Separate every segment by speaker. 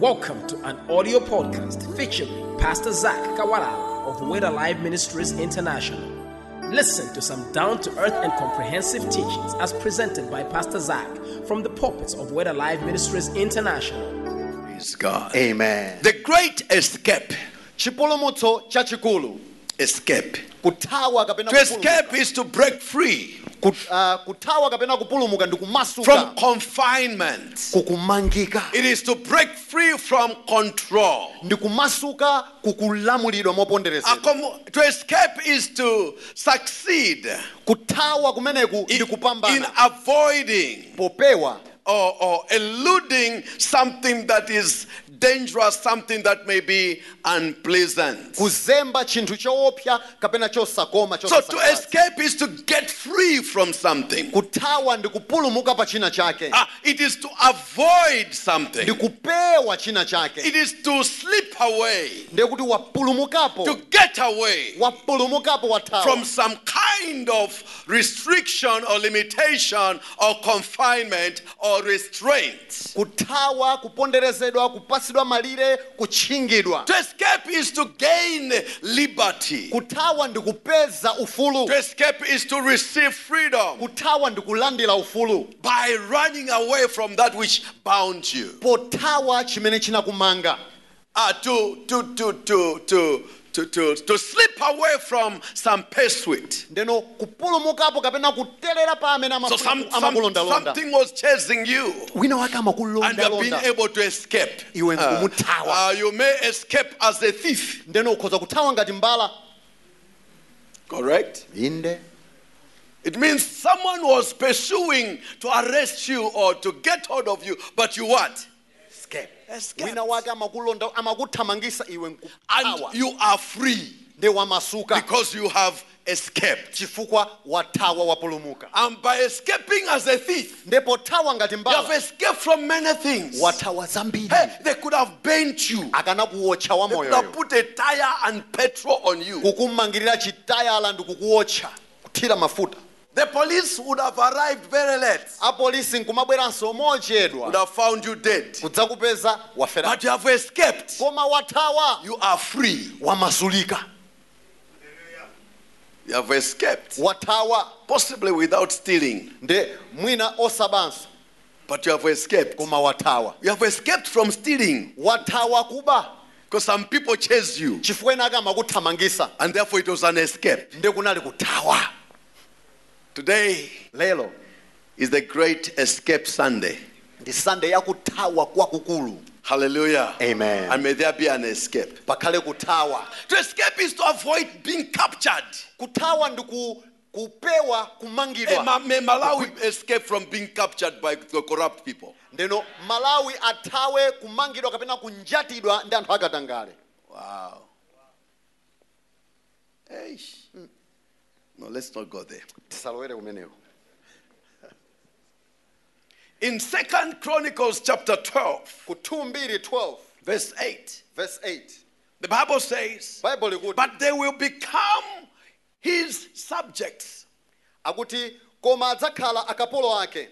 Speaker 1: Welcome to an audio podcast featuring Pastor Zach Kawala of Word Alive Ministries International. Listen to some down to earth and comprehensive teachings as presented by Pastor Zach from the pulpits of Word Alive Ministries International.
Speaker 2: Praise God.
Speaker 3: amen
Speaker 2: The great escape.
Speaker 3: chipulumutso cha chikulu
Speaker 2: Escape.
Speaker 3: kuthawa kapena
Speaker 2: To
Speaker 3: kupulumuka.
Speaker 2: escape is to break free
Speaker 3: Kut- ah, kuthawa kapena kupulumuka ndi
Speaker 2: from
Speaker 3: kumasuka
Speaker 2: confinement.
Speaker 3: kukumangika
Speaker 2: It is to break free from control.
Speaker 3: ndi kumasuka kukulamulidwa
Speaker 2: A
Speaker 3: moponderezedwa
Speaker 2: com- to escape is to succeed
Speaker 3: kuthawa kumeneku
Speaker 2: i-
Speaker 3: ndi
Speaker 2: in
Speaker 3: kupambana
Speaker 2: avoiding
Speaker 3: popewa
Speaker 2: or, or eluding something that is dangerous, something that may be unpleasant.
Speaker 3: kuzemba chinthu choopsa kapena chosakoma
Speaker 2: So to
Speaker 3: chosasakadza.
Speaker 2: escape is to get free from something.
Speaker 3: kuthawa ndi kupulumuka pa china chake
Speaker 2: Ah, it is to avoid something.
Speaker 3: ndi kupewa china
Speaker 2: It
Speaker 3: chake
Speaker 2: is to slip away,
Speaker 3: ndiye kuti wapulumukapo
Speaker 2: to get away
Speaker 3: wapulumukapo wathawa
Speaker 2: from some kind of restriction or limitation or confinement or restraint.
Speaker 3: kuthawa kuponderezedwa kupasidwa malire kutchingidwa
Speaker 2: To escape is to gain liberty.
Speaker 3: kuthawa ndi kupeza ufulu
Speaker 2: To escape is to receive freedom
Speaker 3: kuthawa ndi kulandira ufulu
Speaker 2: by running away from that which bound you.
Speaker 3: pothawa chimene chinakumanga
Speaker 2: Ah, to, to, to, to, to, to, to, to slip away from some pursuit.
Speaker 3: ndeno kupulumukapo kapena kutelera pa amene
Speaker 2: So some,
Speaker 3: amafu-
Speaker 2: some,
Speaker 3: amakulondalonda
Speaker 2: something was chasing you.
Speaker 3: wina wake
Speaker 2: and you have been
Speaker 3: amakulondalonda
Speaker 2: able to escape.
Speaker 3: Iwe
Speaker 2: uh,
Speaker 3: mkumutawa.
Speaker 2: you may escape as a thief,
Speaker 3: ndeno ukhoza kuthawa ngati mbala
Speaker 2: correct?
Speaker 3: inde
Speaker 2: It means someone was pursuing to arrest you or to get hold of you, but you what? Escaped.
Speaker 3: wina wake amakulonda amakuthamangisa iwe
Speaker 2: And
Speaker 3: nkuthawa
Speaker 2: you are free
Speaker 3: nde wamasuka
Speaker 2: because you have escaped.
Speaker 3: chifukwa wathawa wapulumuka
Speaker 2: And by escaping as a thief,
Speaker 3: nde pothawa ngati
Speaker 2: you have
Speaker 3: mbala
Speaker 2: escaped from many things.
Speaker 3: wathawa zambiri
Speaker 2: Hey, they could have bent you. They
Speaker 3: akanakuwotcha
Speaker 2: could have
Speaker 3: wamoyoyo
Speaker 2: put a tire and petrol on you.
Speaker 3: kukumangirira chitayala ndi kukuwotcha kuthira mafuta
Speaker 2: The police would have arrived very late.
Speaker 3: apolisi nkumabweranso
Speaker 2: Would
Speaker 3: omoochedwa
Speaker 2: have found you dead.
Speaker 3: kudzakupeza wafera
Speaker 2: But you Ah. have escaped.
Speaker 3: koma wathawa
Speaker 2: You are free.
Speaker 3: wamasulika
Speaker 2: You have escaped.
Speaker 3: wathawa
Speaker 2: Possibly without stealing,
Speaker 3: nde mwina osabanso
Speaker 2: but you have escaped.
Speaker 3: koma wathawa
Speaker 2: You have escaped from stealing
Speaker 3: wathawa kuba
Speaker 2: because some people chase you.
Speaker 3: chifukwa ena ake amakuthamangisa
Speaker 2: And therefore, it was an escape.
Speaker 3: nde kunali kuthawa
Speaker 2: Today
Speaker 3: lero
Speaker 2: is the great escape Sunday.
Speaker 3: ndi sande yakuthawa kwakukulu
Speaker 2: Hallelujah.
Speaker 3: Amen.
Speaker 2: And may there be an escape.
Speaker 3: pakhale kuthawa
Speaker 2: To escape is to avoid being captured.
Speaker 3: kuthawa ndi ku, kupewa
Speaker 2: Hey,
Speaker 3: kumangidwa
Speaker 2: Ma- may Malawi escape from being captured by the corrupt people.
Speaker 3: ndeno malawi athawe kumangidwa kapena kunjatidwa ndi anthu akatangale
Speaker 2: Wow. Hey. No, let's not go there.
Speaker 3: tisalowere kumeneko
Speaker 2: In Second Chronicles chapter 12,
Speaker 3: ku 2 mbiri 12
Speaker 2: verse 8,
Speaker 3: verse 8
Speaker 2: the Bible says,
Speaker 3: bible ikuti
Speaker 2: But they will become his subjects,
Speaker 3: akuti koma adzakhala akapolo ake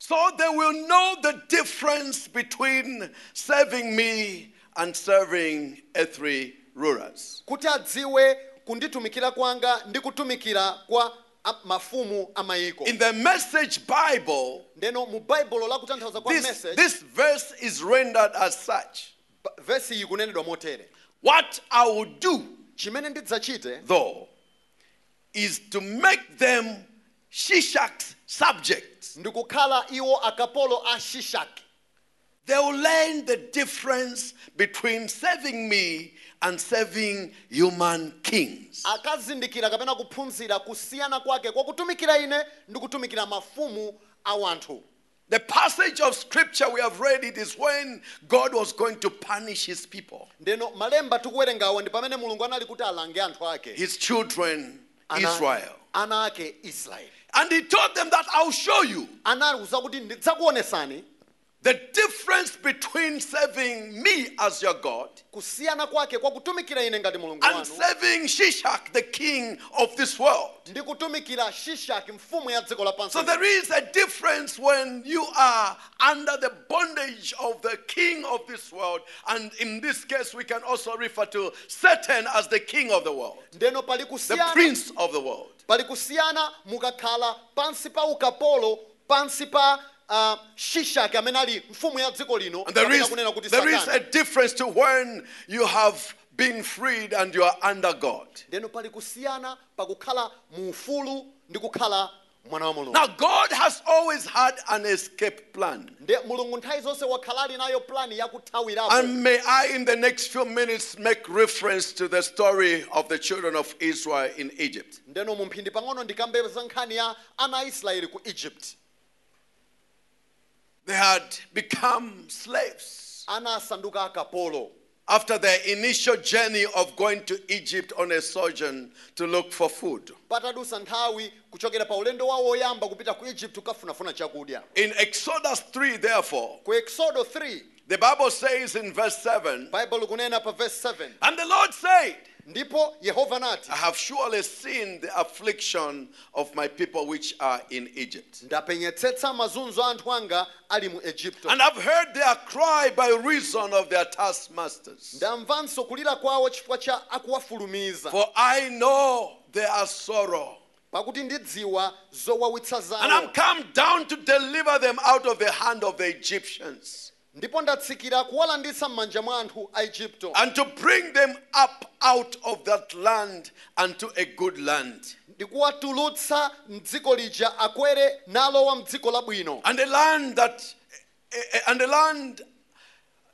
Speaker 2: so they will know the difference between serving me and serving ethri rulers.
Speaker 3: kuti adziwe kunditumikira kwanga ndi kutumikira kwa a- mafumu a mayiko
Speaker 2: In the message Bible,
Speaker 3: ndeno mu baibulo lakutanthauza kwa
Speaker 2: this,
Speaker 3: message
Speaker 2: this verse is rendered as such
Speaker 3: ba- vesi iyi kunenedwa motere
Speaker 2: What I will do,
Speaker 3: chimene ndidzachite
Speaker 2: though, is to make them Shishak's subjects.
Speaker 3: ndikukhala iwo akapolo a shishaki
Speaker 2: They will learn the difference between serving me and serving human kings.
Speaker 3: akazindikira kapena kuphunzira kusiyana kwake kwa kutumikira ine ndi kutumikira mafumu a wanthu
Speaker 2: The passage of scripture we have read it is when God was going to punish his people,
Speaker 3: ndeno malemba tikuwerengawo ndi pamene mulungu anali kuti alange anthu ake
Speaker 2: his children,
Speaker 3: Ana-
Speaker 2: Israel.
Speaker 3: ana ake israeli
Speaker 2: And he told them that I'll show you
Speaker 3: anawuza kuti ndidzakuonesani
Speaker 2: The difference between serving me as your God
Speaker 3: kusiyana kwake kwa kutumikira ine ngati mulungu
Speaker 2: and
Speaker 3: wanu
Speaker 2: serving Shishak, the king of this world.
Speaker 3: ndi kutumikira shishaki mfumu ya dziko lapansi
Speaker 2: So there is a difference when you are under the bondage of the king of this world, and in this case, we can also refer to Satan as the king of the world,
Speaker 3: ndeno pali
Speaker 2: the
Speaker 3: kusiyana
Speaker 2: prince of the world.
Speaker 3: pali kusiyana mukakhala pansi pa ukapolo pansi pa ah, shishaki amene ali mfumu ya dziko lino
Speaker 2: And there
Speaker 3: kapena
Speaker 2: is,
Speaker 3: kunena kuti
Speaker 2: there is a
Speaker 3: Satana.
Speaker 2: difference to when you have been freed and you are under God.
Speaker 3: ndeno pali kusiyana pakukhala mu ufulu ndi kukhala mwana wa mulungu
Speaker 2: Now, God has always had an escape plan.
Speaker 3: Nde- mulungu nthawi zonse wakhala ali nayo plani yakuthawirapo
Speaker 2: And may I, in the next few minutes, make reference to the story of the children of Israel in Egypt.
Speaker 3: ndeno mu mphindi pang'ono ndikambeza nkhani ya ana a israeli ku egypt
Speaker 2: They had become slaves
Speaker 3: ana asanduka akapolo
Speaker 2: after their initial journey of going to Egypt on a sojourn to look for food.
Speaker 3: patadusa nthawi kuchokera pa ulendo wawo woyamba kupita ku egypt kukafunafuna chakudya
Speaker 2: In Exodus 3, therefore,
Speaker 3: ku exodo 3
Speaker 2: the Bible says in verse 7
Speaker 3: bible kunena pa verse 7
Speaker 2: And the Lord said,
Speaker 3: ndipo yehova anati
Speaker 2: I have surely seen the affliction of my people which are in Egypt.
Speaker 3: ndapenyetsetsa mazunzo a anthu anga ali mu egipto
Speaker 2: And I've heard their cry by reason of their taskmasters.
Speaker 3: ndamvanso kulira kwawo chifukwa cha akuwafulumiza
Speaker 2: For I know their sorrow.
Speaker 3: pakuti ndidziwa zowawitsa
Speaker 2: And I'm
Speaker 3: zawo
Speaker 2: come down to deliver them out of the hand of the Egyptians
Speaker 3: ndipo ndatsikira kuwalanditsa m'manja mwa anthu a igupto
Speaker 2: and to bring them up out of that land unto a good land.
Speaker 3: ndikuwatulutsa mdziko lija akwere nalowa mdziko labwino
Speaker 2: And a land that, a- a- and a land,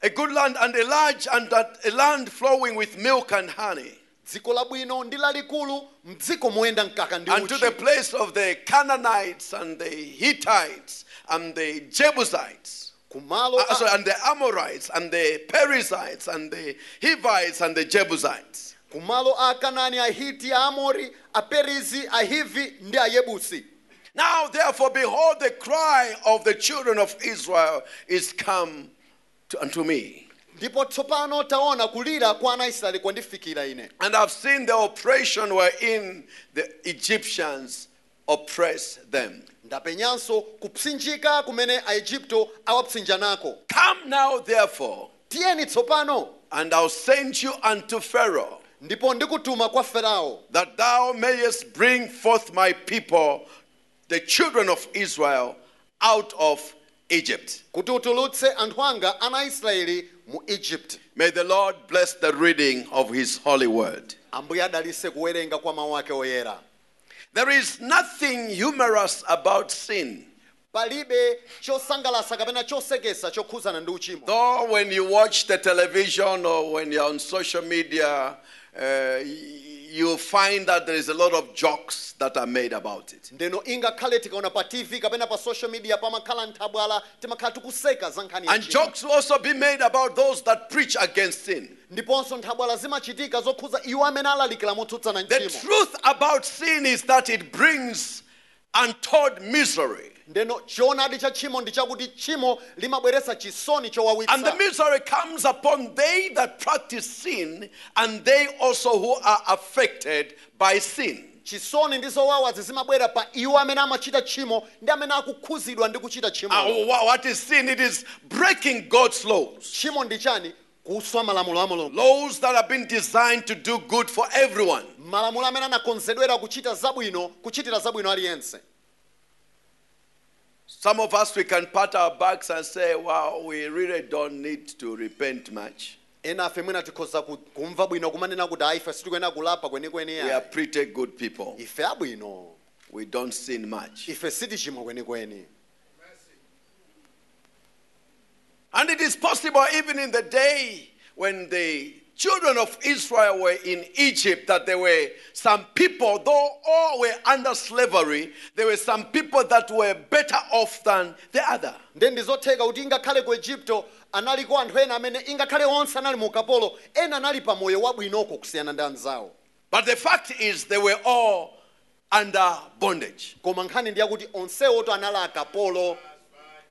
Speaker 2: a good land and a large and that a land flowing with milk and honey.
Speaker 3: dziko labwino ndi lalikulu mdziko moyenda mkaka ndi
Speaker 2: Unto the
Speaker 3: uchi
Speaker 2: place of the Canaanites and the Hittites and the Jebusites.
Speaker 3: kumalo
Speaker 2: Uh, sorry, and the Amorites and the Perizzites and the Hivites and the Jebusites.
Speaker 3: kumalo a kanani ahiti aamori aperizi ahivi ndi ayebusi
Speaker 2: Now, therefore, behold, the cry of the children of Israel is come to, unto me.
Speaker 3: ndipo tsopano taona kulira kwa anaisraeli kwandifikira ine
Speaker 2: And I've seen the oppression wherein the Egyptians oppress them.
Speaker 3: ndapenyanso kupsinjika kumene aigupto awapsinja nako
Speaker 2: Come now, therefore,
Speaker 3: tiyeni tsopano
Speaker 2: and I'll send you unto Pharaoh,
Speaker 3: ndipo ndikutuma kwa farao
Speaker 2: that thou mayest bring forth my people, the children of Israel, out of Egypt.
Speaker 3: kuti utulutse anthu anga ana israeli mu egypt
Speaker 2: May the Lord bless the reading of his holy word.
Speaker 3: ambuye adalise kuwerenga kwa mawu ake oyera
Speaker 2: There is nothing humorous about sin.
Speaker 3: palibe chosangalasa kapena chosekesa chokhuzana ndi uchimo
Speaker 2: Though when you watch the television or when you're on social media, uh, y- you find that there is a lot of jokes that are made about it.
Speaker 3: ndeno ingakhale tikaona pa tv kapena pa social media pamakhala nthabwala timakhala tikuseka za nkhani ya
Speaker 2: And
Speaker 3: uchimo.
Speaker 2: jokes will also be made about those that preach against sin.
Speaker 3: ndiponso nthabwala zimachitika zokhuza iwo amene alalikira motsutsana
Speaker 2: The
Speaker 3: mchimo
Speaker 2: truth about sin is that it brings untold misery.
Speaker 3: ndeno choonadi cha tchimo ndi chakuti tchimo limabweretsa chisoni
Speaker 2: And the
Speaker 3: chowawitsa
Speaker 2: misery comes upon they that practice sin and they also who are affected by sin.
Speaker 3: chisoni ndi zowawazi zimabwera pa iwo amene amachita tchimo ndi amene akukhuzidwa ndi kuchita
Speaker 2: Uh,
Speaker 3: tchimo
Speaker 2: wha- what is sin? It is breaking God's laws.
Speaker 3: tchimo ndi chani kuswa malamulo a mulungu
Speaker 2: Laws that have been designed to do good for everyone.
Speaker 3: malamulo amene anakonzedwera kuchita zabwino kuchitira zabwino aliyense
Speaker 2: Some of us, we can pat our backs and say, wow, we really don't need to repent much.
Speaker 3: ena afe mwina tikhoza ku- kumva bwino kumanena kuti aife sitikwena kulapa kwenikweni
Speaker 2: We are
Speaker 3: ayi."
Speaker 2: pretty good people.
Speaker 3: ife abwino
Speaker 2: We don't sin much.
Speaker 3: ife sitichimwa kwenikweni
Speaker 2: And it is possible even in the day when the children of Israel were in Egypt that there were some people, though all were under slavery, there were some people that were better off than the other.
Speaker 3: nde ndizotheka kuti ingakhale ku egipto analiko anthu ena amene ingakhale onse anali mu ukapolo ena anali pa moyo wabwinoko kusiyana ndi anzawo
Speaker 2: But the fact is, they were all under bondage.
Speaker 3: koma nkhani ndi yakuti onsewoto anali akapolo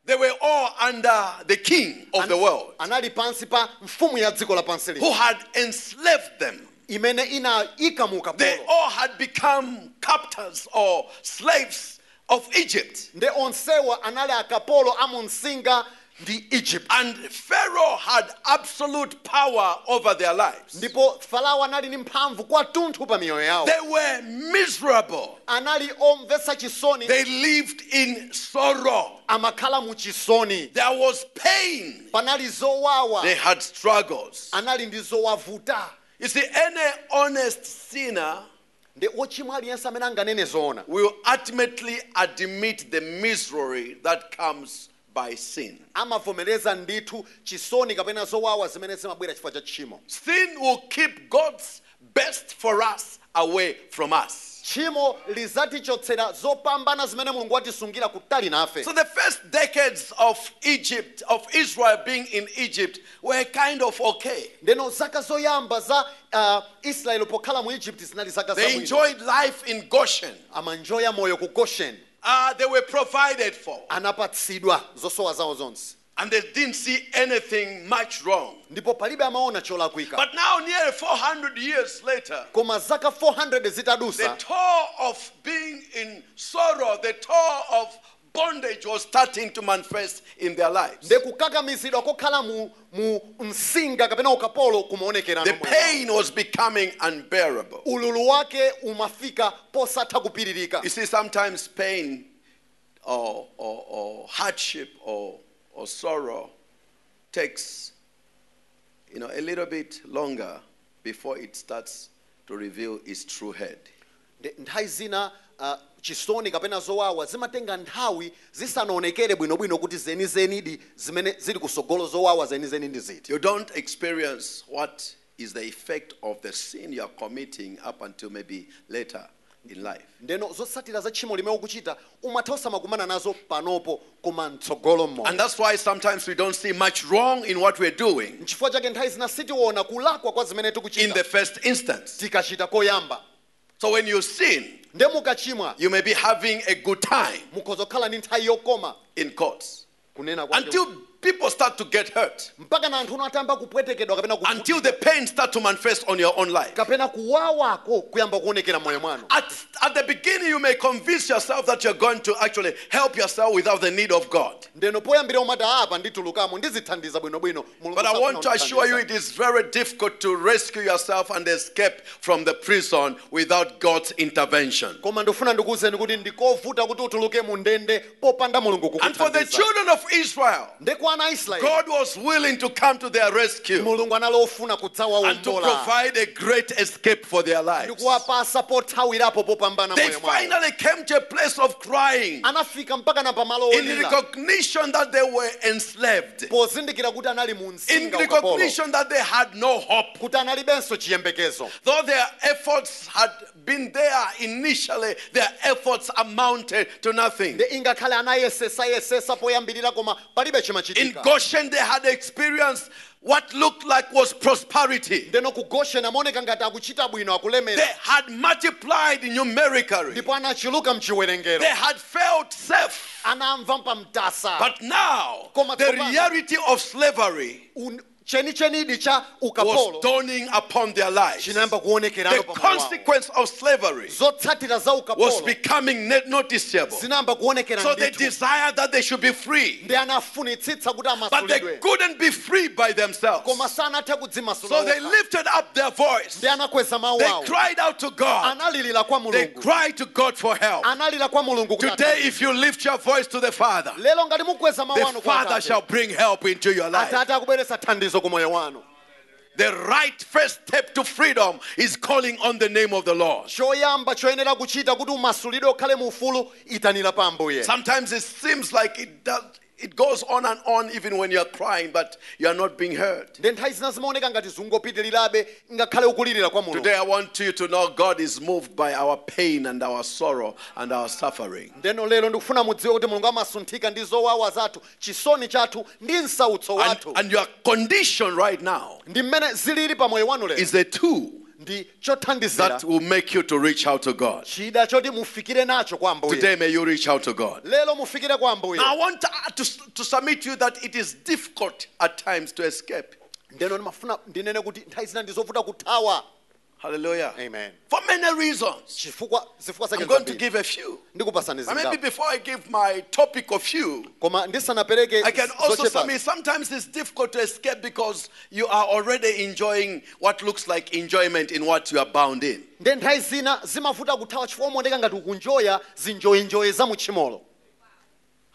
Speaker 2: They were all under the king of the world
Speaker 3: anali pansi pa mfumu ya dziko lapansi
Speaker 2: who
Speaker 3: lino
Speaker 2: had enslaved them.
Speaker 3: imene inayika mu
Speaker 2: They
Speaker 3: ukapolo
Speaker 2: all had become captors or slaves of Egypt.
Speaker 3: nde onsewa anali akapolo a mu msinga ndi egypt
Speaker 2: And Pharaoh had absolute power over their lives.
Speaker 3: ndipo farao anali ndi mphamvu kwathunthu pa miyoyo yawo
Speaker 2: They were miserable.
Speaker 3: anali omvetsa chisoni
Speaker 2: They lived in sorrow.
Speaker 3: amakhala mu chisoni
Speaker 2: There was pain.
Speaker 3: panali zowawa
Speaker 2: They had struggles.
Speaker 3: anali ndi zowavuta
Speaker 2: You see, any honest sinner
Speaker 3: nde wochimwa aliyense amene anganene zoona
Speaker 2: will ultimately admit the misery that comes by sin.
Speaker 3: amavomereza ndithu chisoni kapena zowawa zimene zimabwera chifukwa cha tchimo
Speaker 2: Sin will keep God's best for us away from us.
Speaker 3: tchimo lizatichotsera zopambana zimene mulungu watisungira kutali nafe
Speaker 2: So the first decades of Egypt, of Israel being in Egypt, were kind of okay.
Speaker 3: ndeno zaka zoyamba za uh, israeli pokhala mu egypt zinali zaka
Speaker 2: They
Speaker 3: zabwino
Speaker 2: enjoyed life in Goshen.
Speaker 3: amanjoya moyo ku goshen
Speaker 2: Uh, they were provided for,
Speaker 3: anapatsidwa zosowa zawo zonse
Speaker 2: and they didn't see anything much wrong.
Speaker 3: ndipo palibe amaona cholakwika
Speaker 2: But now, nearly 400 years later,
Speaker 3: koma zaka 400
Speaker 2: The
Speaker 3: zitadusa
Speaker 2: toll of being in sorrow, the toll of bondage was starting to manifest in their lives.
Speaker 3: nde kukakamizidwa kokhala mu, mu msinga kapena ukapolo kumaonekera
Speaker 2: The pain was becoming unbearable.
Speaker 3: ululu wake umafika posatha kupiririka
Speaker 2: You see, sometimes pain or, or, or hardship or, or sorrow takes you know, a little bit longer before it starts to reveal its true head.
Speaker 3: Nde- nthawi zina ah, chisoni kapena zowawa zimatenga nthawi zisanaonekere bwinobwino kuti zenizenidi zimene zili kusogolo zowawa zenizeni ndi ziti
Speaker 2: You don't experience what is the effect of the sin you are committing up until maybe later in life.
Speaker 3: ndeno zotsatira za tchimo limene ukuchita umatha usamakumana nazo panopo koma mtsogolo
Speaker 2: And
Speaker 3: mmoyo
Speaker 2: that's why sometimes we don't see much wrong in what we're doing
Speaker 3: nchifukwa chake nthawi zina sitiona kulakwa kwa zimene
Speaker 2: in the
Speaker 3: tikuchita
Speaker 2: first instance.
Speaker 3: tikachita koyamba
Speaker 2: So when you sin,
Speaker 3: nde mukachimwa
Speaker 2: you may be having a good time
Speaker 3: mukhoza kukhala ndi nthawi yokoma
Speaker 2: in courts
Speaker 3: kunena kwa
Speaker 2: until people start to get hurt,
Speaker 3: mpaka na anthu unatamba kupwetekedwa kapena kufu-
Speaker 2: until the pain start to manifest on your own life.
Speaker 3: kapena kuwawako kuyamba kuonekera moyo mwanu
Speaker 2: At, at the beginning, you may convince yourself that you're going to actually help yourself without the need of God.
Speaker 3: ndeno poyambira umati apa nditulukamo ndizithandiza bwinobwino Mulungu
Speaker 2: But I
Speaker 3: sapana
Speaker 2: want to assure you
Speaker 3: kundithandiza.
Speaker 2: it is very difficult to rescue yourself and escape from the prison without God's intervention.
Speaker 3: koma ndifuna ndikuwuzeni kuti ndikovuta kuti utuluke mu ndende popanda mulungu
Speaker 2: And for the
Speaker 3: kukuthandiza
Speaker 2: children of Israel,
Speaker 3: ndeko ana aisraeli
Speaker 2: God was willing to come to their rescue
Speaker 3: mulungu analofuna
Speaker 2: and to
Speaker 3: kudzawawombola
Speaker 2: provide a great escape for their lives.
Speaker 3: ndikuwapasa pothawirapo popambana
Speaker 2: They
Speaker 3: moyo mwawo
Speaker 2: finally came to a place of crying
Speaker 3: anafika mpaka na pamalo
Speaker 2: in
Speaker 3: olira
Speaker 2: recognition that they were enslaved,
Speaker 3: pozindikira kuti anali mu
Speaker 2: in
Speaker 3: msinga ukapolo
Speaker 2: recognition that they had no hope.
Speaker 3: kuti analibenso chiyembekezo
Speaker 2: Though their efforts had been there initially, their efforts amounted to nothing.
Speaker 3: nde ingakhale anayesesayesesa poyambirira koma palibe
Speaker 2: In
Speaker 3: chimachitika
Speaker 2: Goshen, they had experienced what looked like was prosperity.
Speaker 3: ndeno ku gosheni amaoneka ngati akuchita bwino
Speaker 2: They
Speaker 3: akulemera
Speaker 2: had multiplied numerically.
Speaker 3: ndipo anachuluka mchiwerengero
Speaker 2: They had felt safe.
Speaker 3: anamva mpamtasa
Speaker 2: But now,
Speaker 3: Koma-
Speaker 2: the
Speaker 3: koma-
Speaker 2: reality of slavery
Speaker 3: Un- chenichenidi cha
Speaker 2: was
Speaker 3: ukapolo
Speaker 2: dawning upon their lives.
Speaker 3: chinayamba
Speaker 2: The
Speaker 3: kuonekerano pa
Speaker 2: consequence of slavery
Speaker 3: zotsatira za
Speaker 2: was
Speaker 3: ukapolo
Speaker 2: becoming ne- noticeable.
Speaker 3: zinayamba kuonekera
Speaker 2: So they
Speaker 3: ndithu.
Speaker 2: desired that they should be free,
Speaker 3: ndi anafunitsitsa kuti
Speaker 2: but they
Speaker 3: amasulidwe
Speaker 2: couldn't be free by themselves.
Speaker 3: koma sanathe
Speaker 2: So they
Speaker 3: kudzimasula
Speaker 2: lifted up their voice.
Speaker 3: ndi anakweza mawu
Speaker 2: They
Speaker 3: awo
Speaker 2: cried out to God.
Speaker 3: analilira kwa
Speaker 2: They
Speaker 3: mulungu
Speaker 2: cried to God for help.
Speaker 3: analira kwa mulungu kuti
Speaker 2: Today,
Speaker 3: Atate,
Speaker 2: if you lift your voice to the Father,
Speaker 3: lero ngati mukweza mawu
Speaker 2: the
Speaker 3: anu kwa
Speaker 2: Father shall
Speaker 3: Atate,
Speaker 2: bring help into your life.
Speaker 3: atate akuberetsa thandizo ku moyo wanu
Speaker 2: The right first step to freedom is calling on the name of the Lord.
Speaker 3: choyamba choyenera kuchita kuti umasulidwe ukhale mu ufulu itanira pa ambuye
Speaker 2: Sometimes it seems like it does. It goes on and on even when you're crying, but you're not being heard.
Speaker 3: nde nthawi zina zimaoneka ngati zingopitirirabe ngakhale ukulirira kwa
Speaker 2: Today,
Speaker 3: mulungu
Speaker 2: I want you to know God is moved by our pain and our sorrow and our suffering.
Speaker 3: ndeno lero ndikufuna mudziwe kuti mulungu amasunthika ndi zowawa zathu chisoni chathu ndi msautso
Speaker 2: And,
Speaker 3: wathu
Speaker 2: and your condition right now
Speaker 3: ndi mmene zilili pa moyo wanu lero
Speaker 2: is a tool
Speaker 3: ndi
Speaker 2: that
Speaker 3: chothandizira
Speaker 2: will make you to reach out to God.
Speaker 3: chida choti mufikire nacho kwa
Speaker 2: Today,
Speaker 3: ambuye
Speaker 2: may you reach out to God.
Speaker 3: lero mufikire kwa ambuye
Speaker 2: Now, I want to, to, to submit to you that it is difficult at times to escape.
Speaker 3: ndeno ndimafuna ndinene kuti nthawi zina ndi zovuta kuthawa
Speaker 2: Hallelujah.
Speaker 3: amen
Speaker 2: For many reasons.
Speaker 3: chifukwa zifukwa
Speaker 2: I'm
Speaker 3: zake
Speaker 2: going to
Speaker 3: zambiri
Speaker 2: give a few.
Speaker 3: ndikupasani
Speaker 2: But maybe
Speaker 3: zingapo
Speaker 2: before I give my topic of few,
Speaker 3: koma ndisanapereke
Speaker 2: I can also
Speaker 3: zochepa.
Speaker 2: submit. Sometimes it's difficult to escape because you are already enjoying what looks like enjoyment in what you are bound in.
Speaker 3: nde nthawi zina zimavuta kuthawa chifukwa umaoneka ngati ukunjoya zinjoyenjoye za mutchimolo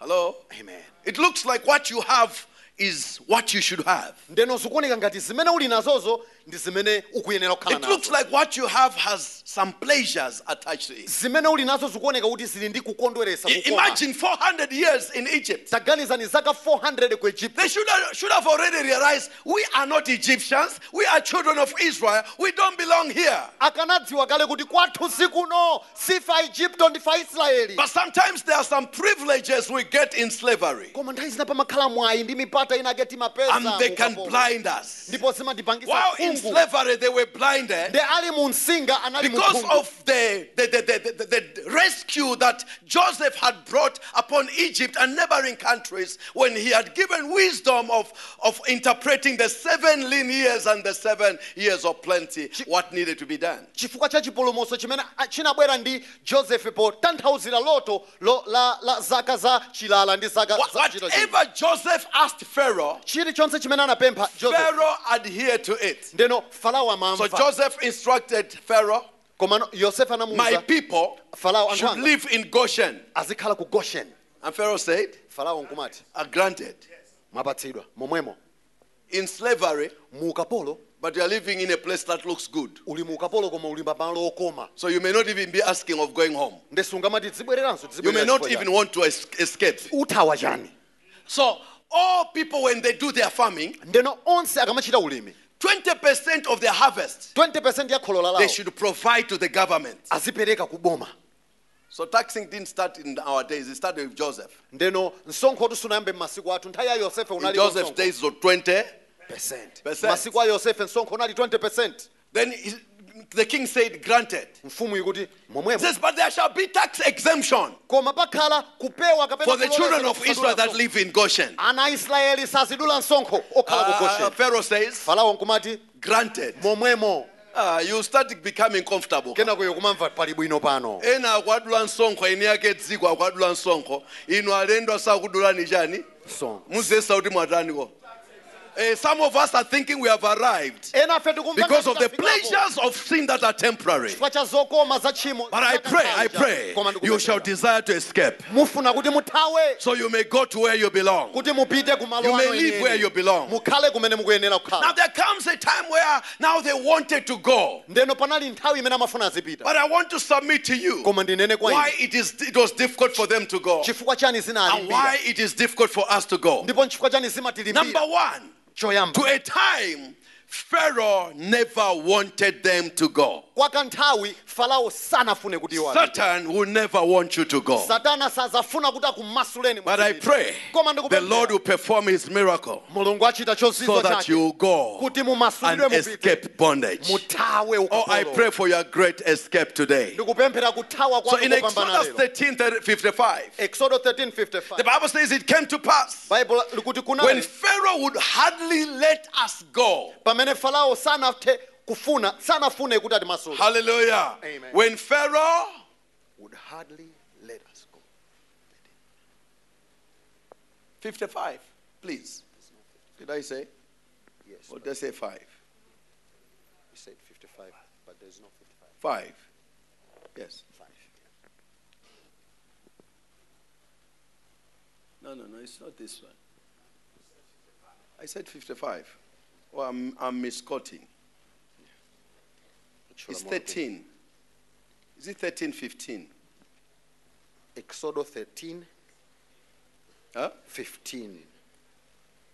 Speaker 2: Hello?
Speaker 3: amen
Speaker 2: It looks like what you have is what you should have.
Speaker 3: ndeno zikuoneka ngati zimene uli nazozo ndi zimene ukuyenera kukhala
Speaker 2: It looks
Speaker 3: nazo
Speaker 2: like what you have has some pleasures attached to it.
Speaker 3: zimene uli nazo zikuoneka kuti zili ndi kukondweretsa
Speaker 2: I-
Speaker 3: kukoma
Speaker 2: Imagine 400 years in Egypt.
Speaker 3: taganizani zaka 400 ku egypt
Speaker 2: They should have, should have already realized we are not Egyptians. We are children of Israel. We don't belong here.
Speaker 3: akanadziwa kale kuti kwathu sikuno si fa igupto ndi fa israeli
Speaker 2: But sometimes there are some privileges we get in slavery,
Speaker 3: koma nthawi zina pamakhala mwayi ndi mipata ina ake
Speaker 2: and
Speaker 3: timapeza
Speaker 2: they can
Speaker 3: mukapolo.
Speaker 2: blind us.
Speaker 3: ndipo zimatipangisa
Speaker 2: While in
Speaker 3: khungu.
Speaker 2: slavery they were blinded
Speaker 3: nde ali mu msinga anali mu
Speaker 2: because
Speaker 3: khungu.
Speaker 2: of the, the, the, the, the, the rescue that Joseph had brought upon Egypt and neighboring countries when he had given wisdom of, of interpreting the seven lean years and the seven years of plenty, what needed to be done.
Speaker 3: chifukwa cha chipulumutso chimene a- chinabwera ndi joseph potanthauzira loto lo, la, la zaka za chilala ndi zaka
Speaker 2: What-
Speaker 3: za chito chino.
Speaker 2: Whatever Joseph asked Pharaoh,
Speaker 3: chilichonse chimene anapempha joseph
Speaker 2: Pharaoh adhered to it.
Speaker 3: ndeno farao
Speaker 2: So
Speaker 3: amamva
Speaker 2: Joseph instructed Pharaoh,
Speaker 3: koma no- yosefu
Speaker 2: My
Speaker 3: anamuuza
Speaker 2: people
Speaker 3: farao anthu
Speaker 2: should
Speaker 3: anga
Speaker 2: live in Goshen.
Speaker 3: azikhala ku goshen
Speaker 2: And Pharaoh said,
Speaker 3: farao nkumati
Speaker 2: Are granted.
Speaker 3: mwapatsidwa momwemo
Speaker 2: In slavery,
Speaker 3: mu ukapolo
Speaker 2: but you are living in a place that looks good.
Speaker 3: uli mu ukapolo koma uli pamalo okoma
Speaker 2: So you may not even be asking of going home.
Speaker 3: ndese ungamati zibwereranso
Speaker 2: You may
Speaker 3: tizibwerera
Speaker 2: not
Speaker 3: chifukwa
Speaker 2: even
Speaker 3: chani.
Speaker 2: want to es- escape.
Speaker 3: uthawa chani
Speaker 2: So, all people, when they do their farming,
Speaker 3: ndeno onse akamachita ulimi
Speaker 2: 20% of their harvest
Speaker 3: 20 ya kholola
Speaker 2: they
Speaker 3: lawo
Speaker 2: should provide to the government.
Speaker 3: azipereka ku boma
Speaker 2: So, taxing didn't start in our days, it started with Joseph.
Speaker 3: ndeno msonkho tisunayambe m'masiku athu nthawi ya yosefe
Speaker 2: In
Speaker 3: unali
Speaker 2: Joseph's
Speaker 3: msonkho.
Speaker 2: days, it was 20.
Speaker 3: Percent.
Speaker 2: Percent.
Speaker 3: masiku a yosefe msonkho unali 20
Speaker 2: Then he- the king said, Granted.
Speaker 3: mfumu ikuti
Speaker 2: He
Speaker 3: momwemo
Speaker 2: says, But there shall be tax exemption
Speaker 3: koma pakhala kupewa
Speaker 2: for
Speaker 3: kapena
Speaker 2: the
Speaker 3: kuloleza
Speaker 2: children of
Speaker 3: kusadula
Speaker 2: Israel that
Speaker 3: msonkho.
Speaker 2: live in Goshen.
Speaker 3: ana israeli sazidula msonkho okhala ku
Speaker 2: Uh, uh,
Speaker 3: goshen
Speaker 2: Pharaoh says,
Speaker 3: farao nkumati
Speaker 2: Granted.
Speaker 3: momwemo
Speaker 2: Ah, you start becoming comfortable.
Speaker 3: kenako iyo kumamva pali bwino pano
Speaker 2: ena akwadula msonkho eni yake dziko akwadula msonkho inu alendo sakudulani chani
Speaker 3: Msonkho.
Speaker 2: muzesa kuti mwataniko Eh, some of us are thinking we have arrived
Speaker 3: ena afe tikumva
Speaker 2: because of the
Speaker 3: ngati tafikako.
Speaker 2: pleasures of sin that are temporary
Speaker 3: chifukwa cha zokoma za tchimo
Speaker 2: but i
Speaker 3: zaka
Speaker 2: pray i
Speaker 3: nkhanja.
Speaker 2: pray
Speaker 3: Koma
Speaker 2: you
Speaker 3: ndikupemphera.
Speaker 2: shall desire to escape
Speaker 3: mufuna kuti muthawe
Speaker 2: so you may go to where you belong
Speaker 3: kuti mupite kumalo
Speaker 2: You may
Speaker 3: ano
Speaker 2: live
Speaker 3: enieni.
Speaker 2: where you belong.
Speaker 3: mukhale kumene mukuyenera
Speaker 2: now
Speaker 3: kukhala
Speaker 2: there comes a time where now they wanted to go
Speaker 3: ndeno panali nthawi imene amafuna azipita
Speaker 2: but i want to submit to you
Speaker 3: koma ndinene kwa
Speaker 2: why
Speaker 3: inu
Speaker 2: it is it was difficult for them to go
Speaker 3: chifukwa chani
Speaker 2: and
Speaker 3: zinalimbira
Speaker 2: why it is difficult for us to go
Speaker 3: ndipo chifukwa chani
Speaker 2: number
Speaker 3: zimatilimbira
Speaker 2: one To
Speaker 3: choyamba
Speaker 2: a time, Pharaoh never wanted them to go.
Speaker 3: kwa kanthawi farao sanafune kuti iwo apite.
Speaker 2: Satan will never want you to go.
Speaker 3: satana sazafuna kuti akumasuleni
Speaker 2: But I
Speaker 3: musipite.
Speaker 2: pray
Speaker 3: koma
Speaker 2: the
Speaker 3: ndikupemphera,
Speaker 2: Lord will perform his miracle
Speaker 3: mulungu achita
Speaker 2: so
Speaker 3: chozizwa
Speaker 2: that
Speaker 3: chake
Speaker 2: you go
Speaker 3: kuti
Speaker 2: and
Speaker 3: mumasulidwe mupite
Speaker 2: escape bondage.
Speaker 3: muthawe
Speaker 2: Oh, I
Speaker 3: ukapolo.
Speaker 2: pray for your great escape today.
Speaker 3: ndikupemphera kuthawa
Speaker 2: So
Speaker 3: kwa
Speaker 2: in Exodus 13 55,
Speaker 3: exodo
Speaker 2: the
Speaker 3: 13:55
Speaker 2: Bible says it came to pass
Speaker 3: bible likuti
Speaker 2: when
Speaker 3: kunali
Speaker 2: Pharaoh would hardly let us go.
Speaker 3: pamene farao sanathe kufuna sanafune kuti atimasule
Speaker 2: Hallelujah.
Speaker 3: Amen.
Speaker 2: When Pharaoh
Speaker 3: would hardly let us go
Speaker 2: 55, please. Did I say?
Speaker 3: yes
Speaker 2: Or did I say 5?
Speaker 3: we said 55 but there's no 55
Speaker 2: Five. Yes. No, no, no, it's not this one. I said 55. Oh, I'm, I'm misquoting. It's 13. Is it 13, 15?
Speaker 3: exodo 13
Speaker 2: Huh?
Speaker 3: 15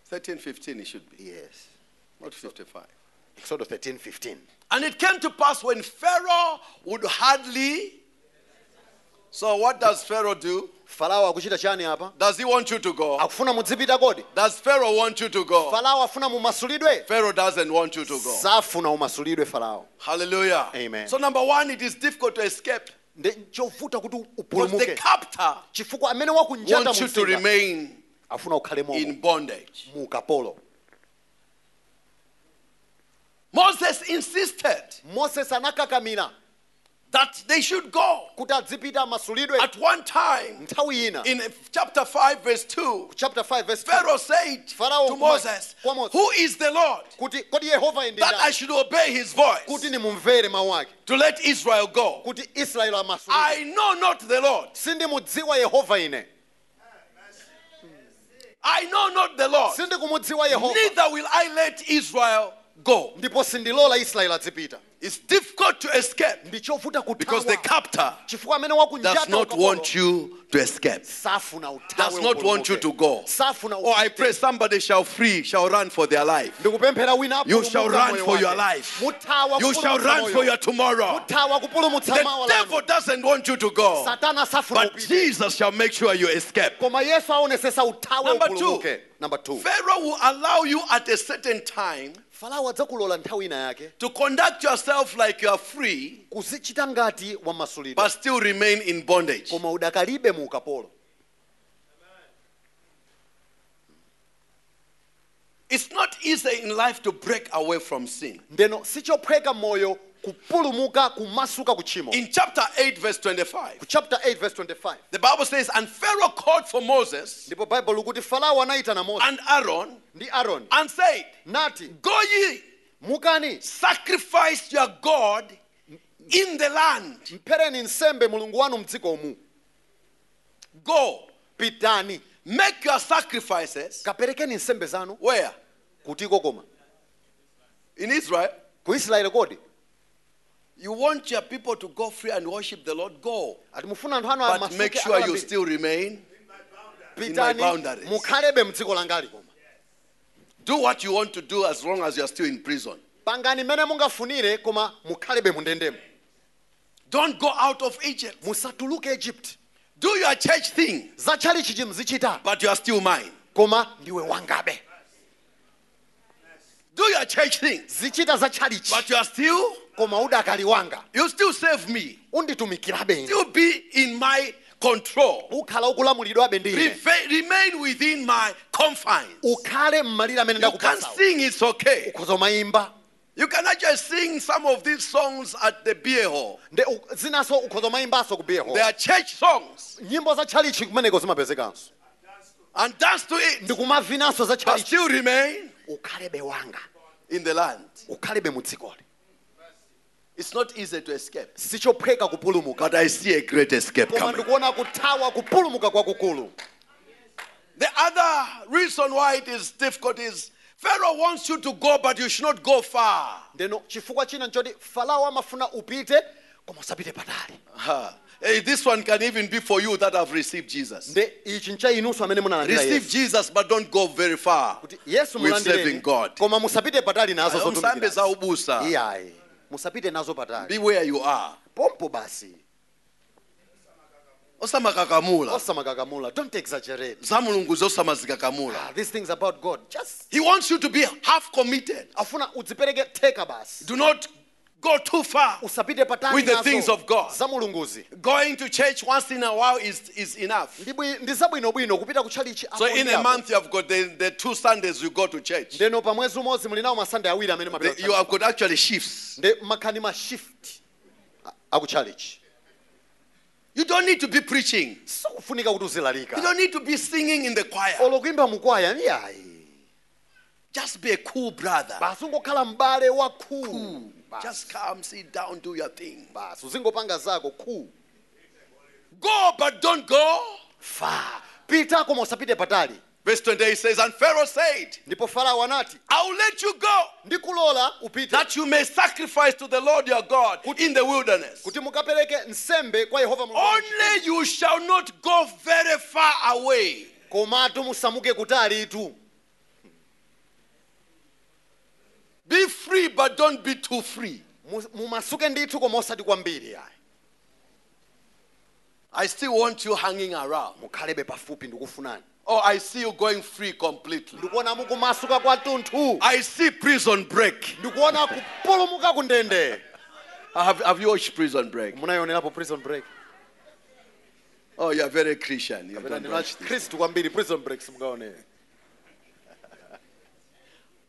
Speaker 2: 13, 15 it should be,
Speaker 3: yes
Speaker 2: not 55.
Speaker 3: exodo 13 15
Speaker 2: And it came to pass when Pharaoh would hardly. So what does Pharaoh do?
Speaker 3: farao akuchita chani apa
Speaker 2: Does he want you to go?
Speaker 3: akufuna mudzipita kodi
Speaker 2: Does Pharaoh want you to go?
Speaker 3: farao afuna mumasulidwe
Speaker 2: Pharaoh doesn't want you to go.
Speaker 3: safuna umasulidwe farao
Speaker 2: Hallelujah.
Speaker 3: Amen.
Speaker 2: So number one, it is difficult to escape
Speaker 3: ndi chovuta kuti
Speaker 2: because the
Speaker 3: upulumuke
Speaker 2: captor
Speaker 3: chifukwa amene wakunjata
Speaker 2: wants you to
Speaker 3: mumzinda
Speaker 2: remain
Speaker 3: afuna ukhale
Speaker 2: in
Speaker 3: momo
Speaker 2: bondage.
Speaker 3: mu ukapolo
Speaker 2: Moses insisted
Speaker 3: moses anakakamira
Speaker 2: that they should go.
Speaker 3: kuti adzipita amasulidwe
Speaker 2: At one time,
Speaker 3: nthawi ina
Speaker 2: in chapter 5, verse 2,
Speaker 3: chapter 5 verse 2,
Speaker 2: Pharaoh said
Speaker 3: Pharaoh
Speaker 2: to
Speaker 3: kuma-
Speaker 2: Moses,
Speaker 3: kwa Moses.
Speaker 2: Who is the Lord
Speaker 3: kuti kodi yehova ndi
Speaker 2: that I
Speaker 3: ndani?
Speaker 2: should obey his voice
Speaker 3: kuti nimumvere mawu ake
Speaker 2: to let Israel go?
Speaker 3: kuti israeli amasulidwe
Speaker 2: I know not the Lord.
Speaker 3: sindimudziwa yehova ine
Speaker 2: I know not the Lord.
Speaker 3: sindikumudziwa yehova
Speaker 2: Neither will I let Israel go.
Speaker 3: ndipo sindilola israeli adzipita
Speaker 2: It's difficult to escape
Speaker 3: ndi chovuta
Speaker 2: because the
Speaker 3: kuthawa
Speaker 2: captor
Speaker 3: chifukwa amene
Speaker 2: does
Speaker 3: wakunjata
Speaker 2: not
Speaker 3: ukapolo
Speaker 2: want you to escape.
Speaker 3: safuna uthawe
Speaker 2: Does not want you
Speaker 3: upulumuke.
Speaker 2: to go.
Speaker 3: safuna
Speaker 2: Oh, I
Speaker 3: upite.
Speaker 2: pray somebody shall free, shall run for their life.
Speaker 3: ndikupemphera wina
Speaker 2: You
Speaker 3: apulumutse
Speaker 2: shall run
Speaker 3: moyo
Speaker 2: for your
Speaker 3: wake.
Speaker 2: life.
Speaker 3: muthawa
Speaker 2: You shall
Speaker 3: kupulumutsa
Speaker 2: run
Speaker 3: moyo.
Speaker 2: for your tomorrow.
Speaker 3: muthawa kupulumutsa
Speaker 2: The
Speaker 3: mawa
Speaker 2: devil
Speaker 3: lanu.
Speaker 2: doesn't want you to go,
Speaker 3: satana asafuna
Speaker 2: but
Speaker 3: upite
Speaker 2: Jesus shall make sure you escape.
Speaker 3: koma yesu aonesesa uthawe
Speaker 2: Number
Speaker 3: upulumuke namba 2
Speaker 2: Pharaoh will allow you at a certain time
Speaker 3: farao adzakulola nthawi ina yake
Speaker 2: to conduct yourself like you are free,
Speaker 3: kuzichita ngati wamasulidwe
Speaker 2: but still remain in bondage.
Speaker 3: koma udakalibe mu ukapolo
Speaker 2: It's not easy in life to break away from sin.
Speaker 3: ndeno sichophweka moyo kupulumuka kumasuka kuchimo
Speaker 2: In chapter 8, verse 25,
Speaker 3: chapter 8 verse 25
Speaker 2: the Bible says, And Pharaoh called for Moses
Speaker 3: ndipo baibulo likuti farao anayitana mose
Speaker 2: and Aaron
Speaker 3: ndi aaroni
Speaker 2: and said,
Speaker 3: nati
Speaker 2: Go ye,
Speaker 3: mukani
Speaker 2: sacrifice your God in the land.
Speaker 3: mphereni nsembe mulungu wanu mdzikomu
Speaker 2: Go,
Speaker 3: pitani
Speaker 2: make your sacrifices.
Speaker 3: kaperekeni nsembe zanu
Speaker 2: Where?
Speaker 3: kutiko koma
Speaker 2: In Israel.
Speaker 3: ku israeli kodi
Speaker 2: You want your people to go free and worship the Lord? Go.
Speaker 3: ati mufuna anthu anu
Speaker 2: But make
Speaker 3: amasuke
Speaker 2: sure you
Speaker 3: akawambiri.
Speaker 2: still remain. in my
Speaker 3: pitani
Speaker 2: boundaries.
Speaker 3: mukhalebe mdziko langali koma
Speaker 2: Do what you want to do as long as you are still in prison.
Speaker 3: pangani mmene mungafunire koma mukhalebe mundendemo
Speaker 2: Don't go out of Egypt.
Speaker 3: musatuluke egypt
Speaker 2: Do your church thing,
Speaker 3: zatchali chichi mzichita
Speaker 2: but you are still mine.
Speaker 3: koma ndiwe wangabe
Speaker 2: Do your church thing,
Speaker 3: zichita zatchalichi
Speaker 2: but you are still,
Speaker 3: koma udakali wanga
Speaker 2: you still serve me.
Speaker 3: unditumikirabe ine
Speaker 2: Still be in my control.
Speaker 3: ukhala ukulamulidwabe ndi ine
Speaker 2: Reve- remain within my confines.
Speaker 3: ukhale mmalire amene
Speaker 2: You can
Speaker 3: ndakupasa
Speaker 2: sing, it's okay.
Speaker 3: ukhoza mayimba
Speaker 2: You can actually sing some of these songs at the beer hall.
Speaker 3: nde u- zinaso ukhoza mayimbaso
Speaker 2: They
Speaker 3: kubiyeho
Speaker 2: are church songs
Speaker 3: nyimbo zatchalichi kumeneko zimapezekanso
Speaker 2: and dance to it,
Speaker 3: ndikumavinanso
Speaker 2: but
Speaker 3: zatchalichi
Speaker 2: still remain
Speaker 3: ukhalebe wanga
Speaker 2: in the land.
Speaker 3: ukhalebe mudzikoli
Speaker 2: It's not easy to escape.
Speaker 3: sichophweka kupulumuka
Speaker 2: But I see a great escape
Speaker 3: koma
Speaker 2: coming.
Speaker 3: ndikuona kuthawa kupulumuka kwakukulu
Speaker 2: The other reason why it is difficult is Pharaoh wants you to go, but you should not go far.
Speaker 3: ndeno chifukwa china nchoti farao amafuna upite koma usapite patali
Speaker 2: Ha. Hey, this one can even be for you that have received Jesus.
Speaker 3: nde ichi ncha inunso amene munalandira
Speaker 2: Receive
Speaker 3: yesu
Speaker 2: Jesus, but don't go very far. Eh,
Speaker 3: kuti yesu
Speaker 2: with serving
Speaker 3: mulandireni
Speaker 2: God.
Speaker 3: koma musapite patali nazo
Speaker 2: Nsambe
Speaker 3: zotumikira
Speaker 2: zaubusa.
Speaker 3: iyayi musapite nazo patali
Speaker 2: Be where you are.
Speaker 3: pompo basi
Speaker 2: Osamakamula.
Speaker 3: osamakamula don't exaggerate
Speaker 2: Zamulungu zosamazikakamula.
Speaker 3: Ah, these things about god just
Speaker 2: He wants you to be half committed.
Speaker 3: afuna udzipereke theka basi
Speaker 2: Do not go too far.
Speaker 3: usapite patali
Speaker 2: With the
Speaker 3: nazo
Speaker 2: things of God.
Speaker 3: za mulunguzi
Speaker 2: Going to church once in a while is, is enough.
Speaker 3: Ndi bwi- ndi zabwinobwino kupita kutchalichi
Speaker 2: So
Speaker 3: apo
Speaker 2: in
Speaker 3: ndi
Speaker 2: a
Speaker 3: apo.
Speaker 2: month you have got the, the two Sundays you go to church.
Speaker 3: ndeno pa mwezi umodzi muli nawo masande awiri amene
Speaker 2: The- you
Speaker 3: mapita
Speaker 2: have got actually shifts.
Speaker 3: nde makhani ma shift akutchalichi
Speaker 2: You don't need to be preaching.
Speaker 3: sikufunika kuti
Speaker 2: You
Speaker 3: uzilalika
Speaker 2: don't need to be singing in the choir.
Speaker 3: olokwimba mukwaya ndiyayi
Speaker 2: Just be a cool brother.
Speaker 3: basi ungokhala m'bale wa khuu basi
Speaker 2: Just come, sit down, do your thing.
Speaker 3: basi uzingopanga zako khuu
Speaker 2: Go, but don't go.
Speaker 3: fa pita koma usapite patali
Speaker 2: Verse 28 says, And Pharaoh said,
Speaker 3: ndipo farao anati
Speaker 2: I'll let you go
Speaker 3: ndikulola upite
Speaker 2: that you may sacrifice to the Lord your God in the wilderness.
Speaker 3: kuti mukapereke nsembe kwa yehova Mulungu wanu.
Speaker 2: Only you shall not go very far away.
Speaker 3: komatu musamuke kutalitu
Speaker 2: Be free, but don't be too free.
Speaker 3: Mu- mumasuke ndithu koma osati kwambiri ayi
Speaker 2: I still want you hanging around.
Speaker 3: mukhalebe pafupi ndikufunani
Speaker 2: Or I see you going free completely.
Speaker 3: ndikuona mukumasuka kwathunthu
Speaker 2: I see prison break.
Speaker 3: ndikuona kupulumuka ku ndende
Speaker 2: Have, have you watched Prison Break?
Speaker 3: munayionerapo prison break
Speaker 2: Oh, you're very Christian. You
Speaker 3: kapena
Speaker 2: don't watch
Speaker 3: ndinati
Speaker 2: this.
Speaker 3: khristu kwambiri prison break simungaonere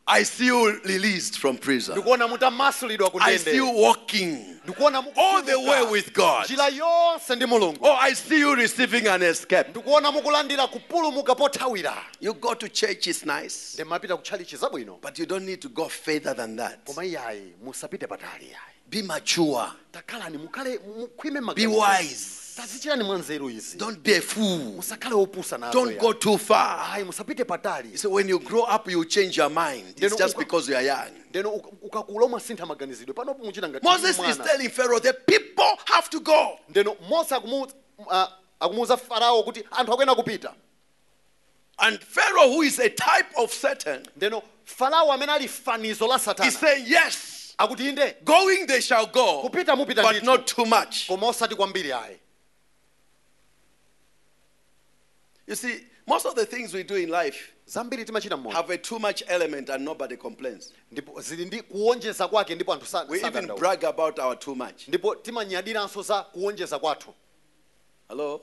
Speaker 2: I see you released from prison.
Speaker 3: ndikuona mutamasulidwa ku
Speaker 2: I see you
Speaker 3: ndende
Speaker 2: walking
Speaker 3: ndikuona muku-
Speaker 2: all the way with God.
Speaker 3: njira yonse ndi mulungu
Speaker 2: Oh, I see you receiving an escape.
Speaker 3: ndikuona mukulandira kupulumuka pothawira
Speaker 2: You go to church, it's nice,
Speaker 3: ndi mapita ku tchalichi zabwino
Speaker 2: but you don't need to go further than that.
Speaker 3: koma iyayi musapite patali iyayi
Speaker 2: Be mature,
Speaker 3: takhalani mukhale mukhwime
Speaker 2: be
Speaker 3: maganizo.
Speaker 2: wise,
Speaker 3: tazichirani mwanzeru izi
Speaker 2: don't be a fool,
Speaker 3: musakhale opusa nazo
Speaker 2: don't
Speaker 3: iyayi.
Speaker 2: go too far.
Speaker 3: ayi musapite patali
Speaker 2: So when you grow up, you change your mind. It's
Speaker 3: Then
Speaker 2: just
Speaker 3: uka-
Speaker 2: because you are young.
Speaker 3: ndeno uk- ukakula umasintha maganizidwe panopo muchita ngati
Speaker 2: Moses is
Speaker 3: mwana.
Speaker 2: telling Pharaoh, the people have to go.
Speaker 3: ndeno mose akumu- ah, akumuwuza farao kuti anthu akuyena kupita
Speaker 2: And Pharaoh, who is a type of Satan,
Speaker 3: ndeno farao amene ali fanizo la
Speaker 2: is
Speaker 3: satana
Speaker 2: saying, yes,
Speaker 3: akuti inde
Speaker 2: going they shall go,
Speaker 3: kupita mupita
Speaker 2: but
Speaker 3: ndithu,
Speaker 2: not too much.
Speaker 3: koma osati kwambiri ayi
Speaker 2: You see, most of the things we do in life
Speaker 3: zambiri timachita mmoja
Speaker 2: have a too much element and nobody complains.
Speaker 3: ndipo zili ndi kuonjeza kwake ndipo anthu sa-
Speaker 2: We even
Speaker 3: sadandaula.
Speaker 2: brag about our too much.
Speaker 3: ndipo timanyadiranso za kuonjeza kwathu
Speaker 2: Hello?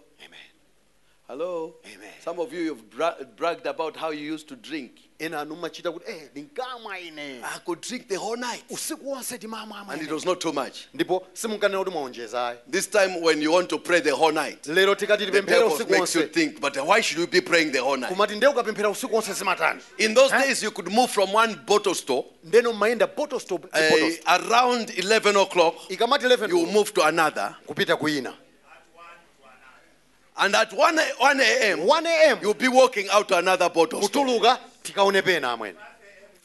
Speaker 2: Hello?
Speaker 3: Amen.
Speaker 2: Some of you, you've bra- bragged about how you used to drink.
Speaker 3: ena anu machita kuti eh ndinkamwa ine
Speaker 2: I could drink the whole night.
Speaker 3: usiku wonse timamwa
Speaker 2: And it was not too much.
Speaker 3: ndipo simunkanena kuti mwaonjeza ayi
Speaker 2: This time, when you want to pray the whole night,
Speaker 3: lero tikati
Speaker 2: the
Speaker 3: tipemphere
Speaker 2: devil
Speaker 3: usiku
Speaker 2: makes you
Speaker 3: wonse
Speaker 2: think, but why should you be praying the whole night?
Speaker 3: kumati nde ukapemphera usiku wonse zimatani
Speaker 2: In those days, you could move from one bottle store
Speaker 3: ndeno mayenda bottle stop
Speaker 2: uh,
Speaker 3: bottle stop.
Speaker 2: around 11 o'clock,
Speaker 3: ikamati 11
Speaker 2: you move to another.
Speaker 3: kupita kuina
Speaker 2: And at 1, a- 1 a.m.,
Speaker 3: 1 am
Speaker 2: you'll be walking out to another bottle store.
Speaker 3: kutuluka tikaone pena amwene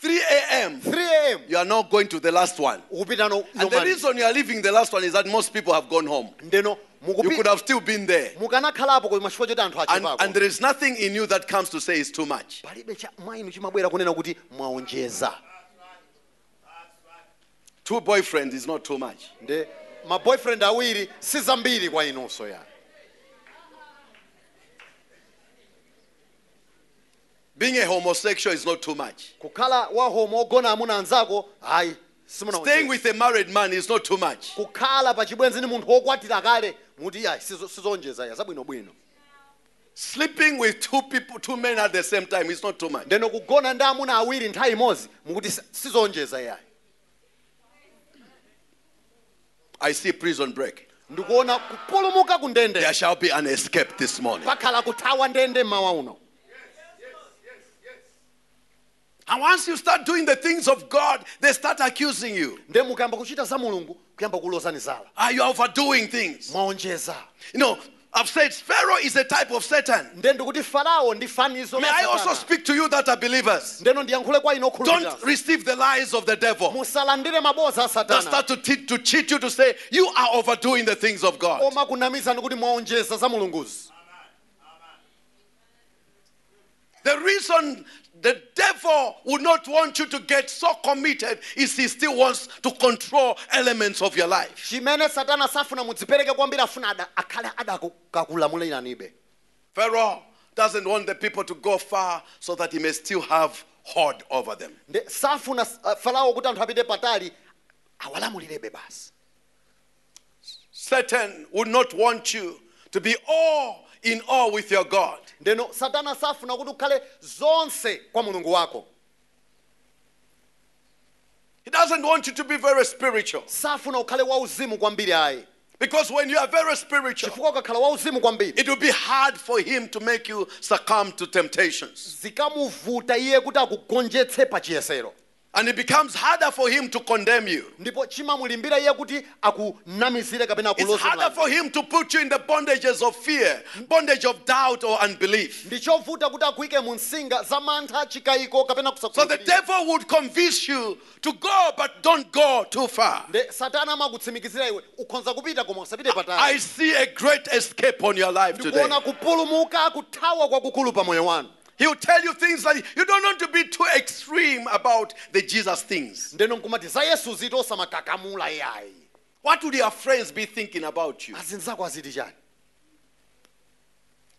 Speaker 2: 3 a.m.,
Speaker 3: 3 am
Speaker 2: you are now going to the last one.
Speaker 3: ukupita no
Speaker 2: And the reason you are leaving the last one is that most people have gone home.
Speaker 3: ndeno
Speaker 2: You could
Speaker 3: mukupita
Speaker 2: have still been there.
Speaker 3: mukanakhalapo koma chifukwa choti anthu
Speaker 2: And, and
Speaker 3: achepako
Speaker 2: there is nothing in you that comes to say it's too much.
Speaker 3: palibe cha mwainu chimabwera kunena kuti mwaonjeza
Speaker 2: Two boyfriends is not too much.
Speaker 3: nde ma boyfriend awiri si zambiri kwa inunso ya
Speaker 2: Being a homosexual is not too much.
Speaker 3: kukhala wahomo ogona amuna anzako ayi
Speaker 2: Staying
Speaker 3: simunaonjeza
Speaker 2: with a married man is not too much.
Speaker 3: kukhala pa chibwenzi ndi munthu wokwatira kale muti ayi sizo- sizonjeza ya zabwinobwino
Speaker 2: Sleeping with two people, two men at the same time is not too much.
Speaker 3: ndeno kugona ndi amuna awiri nthawi imodzi mukuti si- sizonjeza yayi
Speaker 2: I see prison break.
Speaker 3: ndikuona kupulumuka ku
Speaker 2: There
Speaker 3: ndende
Speaker 2: shall be an escape this morning.
Speaker 3: pakhala kuthawa ndende mawa uno
Speaker 2: And once you start doing the things of God, they start accusing you.
Speaker 3: nde mukayamba kuchita za mulungu kuyamba kulozani zala
Speaker 2: Are you overdoing things?
Speaker 3: mwaonjeza
Speaker 2: You know, I've said Pharaoh is a type of Satan.
Speaker 3: nde ndikuti farao ndi fanizo
Speaker 2: May
Speaker 3: la
Speaker 2: I also
Speaker 3: Satana.
Speaker 2: speak to you that are believers?
Speaker 3: ndeno ndiyankhule kwa ino khulupirira.
Speaker 2: Don't receive the lies of the devil.
Speaker 3: musalandire maboza a
Speaker 2: They
Speaker 3: satana
Speaker 2: start to, te- to cheat you to say you are overdoing the things of God.
Speaker 3: oma kunamizani kuti mwaonjeza za mulunguzi
Speaker 2: The reason the devil would not want you to get so committed is he still wants to control elements of your life.
Speaker 3: chimene satana safuna mudzipereke kwambiri afuna ada- akhale adakakulamulirani ibe
Speaker 2: Pharaoh doesn't want the people to go far so that he may still have hold over them.
Speaker 3: nde safuna uh, farao kuti anthu apite patali awalamulirebe basi
Speaker 2: Satan would not want you to be all in all with your God.
Speaker 3: ndeno satana safuna kuti ukhale zonse kwa mulungu wako
Speaker 2: He doesn't want you to be very spiritual.
Speaker 3: safuna ukhale wauzimu kwambiri ayi
Speaker 2: Because when you are very spiritual,
Speaker 3: chifukwa ukakhala wauzimu kwambiri
Speaker 2: it will be hard for him to make you succumb to temptations.
Speaker 3: zikamuvuta iye kuti akugonjetse pa chiyesero
Speaker 2: And it becomes harder for him to condemn you.
Speaker 3: ndipo chimamulimbira iye kuti akunamizire kapena
Speaker 2: It's harder
Speaker 3: akuloza
Speaker 2: for him to put you in the bondages of fear, bondage of doubt or unbelief.
Speaker 3: ndi chovuta kuti akuyike mu msinga za mantha chikayiko kapena
Speaker 2: So the
Speaker 3: kusakhulupirira
Speaker 2: devil would convince you to go, but don't go too far.
Speaker 3: nde satana amakutsimikizira iwe ukhonza kupita koma usapite
Speaker 2: I
Speaker 3: patali
Speaker 2: see a great escape on your life today.
Speaker 3: ndikuona kupulumuka kuthawa kwakukulu pa moyo wanu
Speaker 2: He'll tell you things like you don't want to be too extreme about the Jesus things.
Speaker 3: ndeno nkumati za yesu ziti osamakakamula iyayi
Speaker 2: What would your friends be thinking about you?
Speaker 3: azinzako aziti chani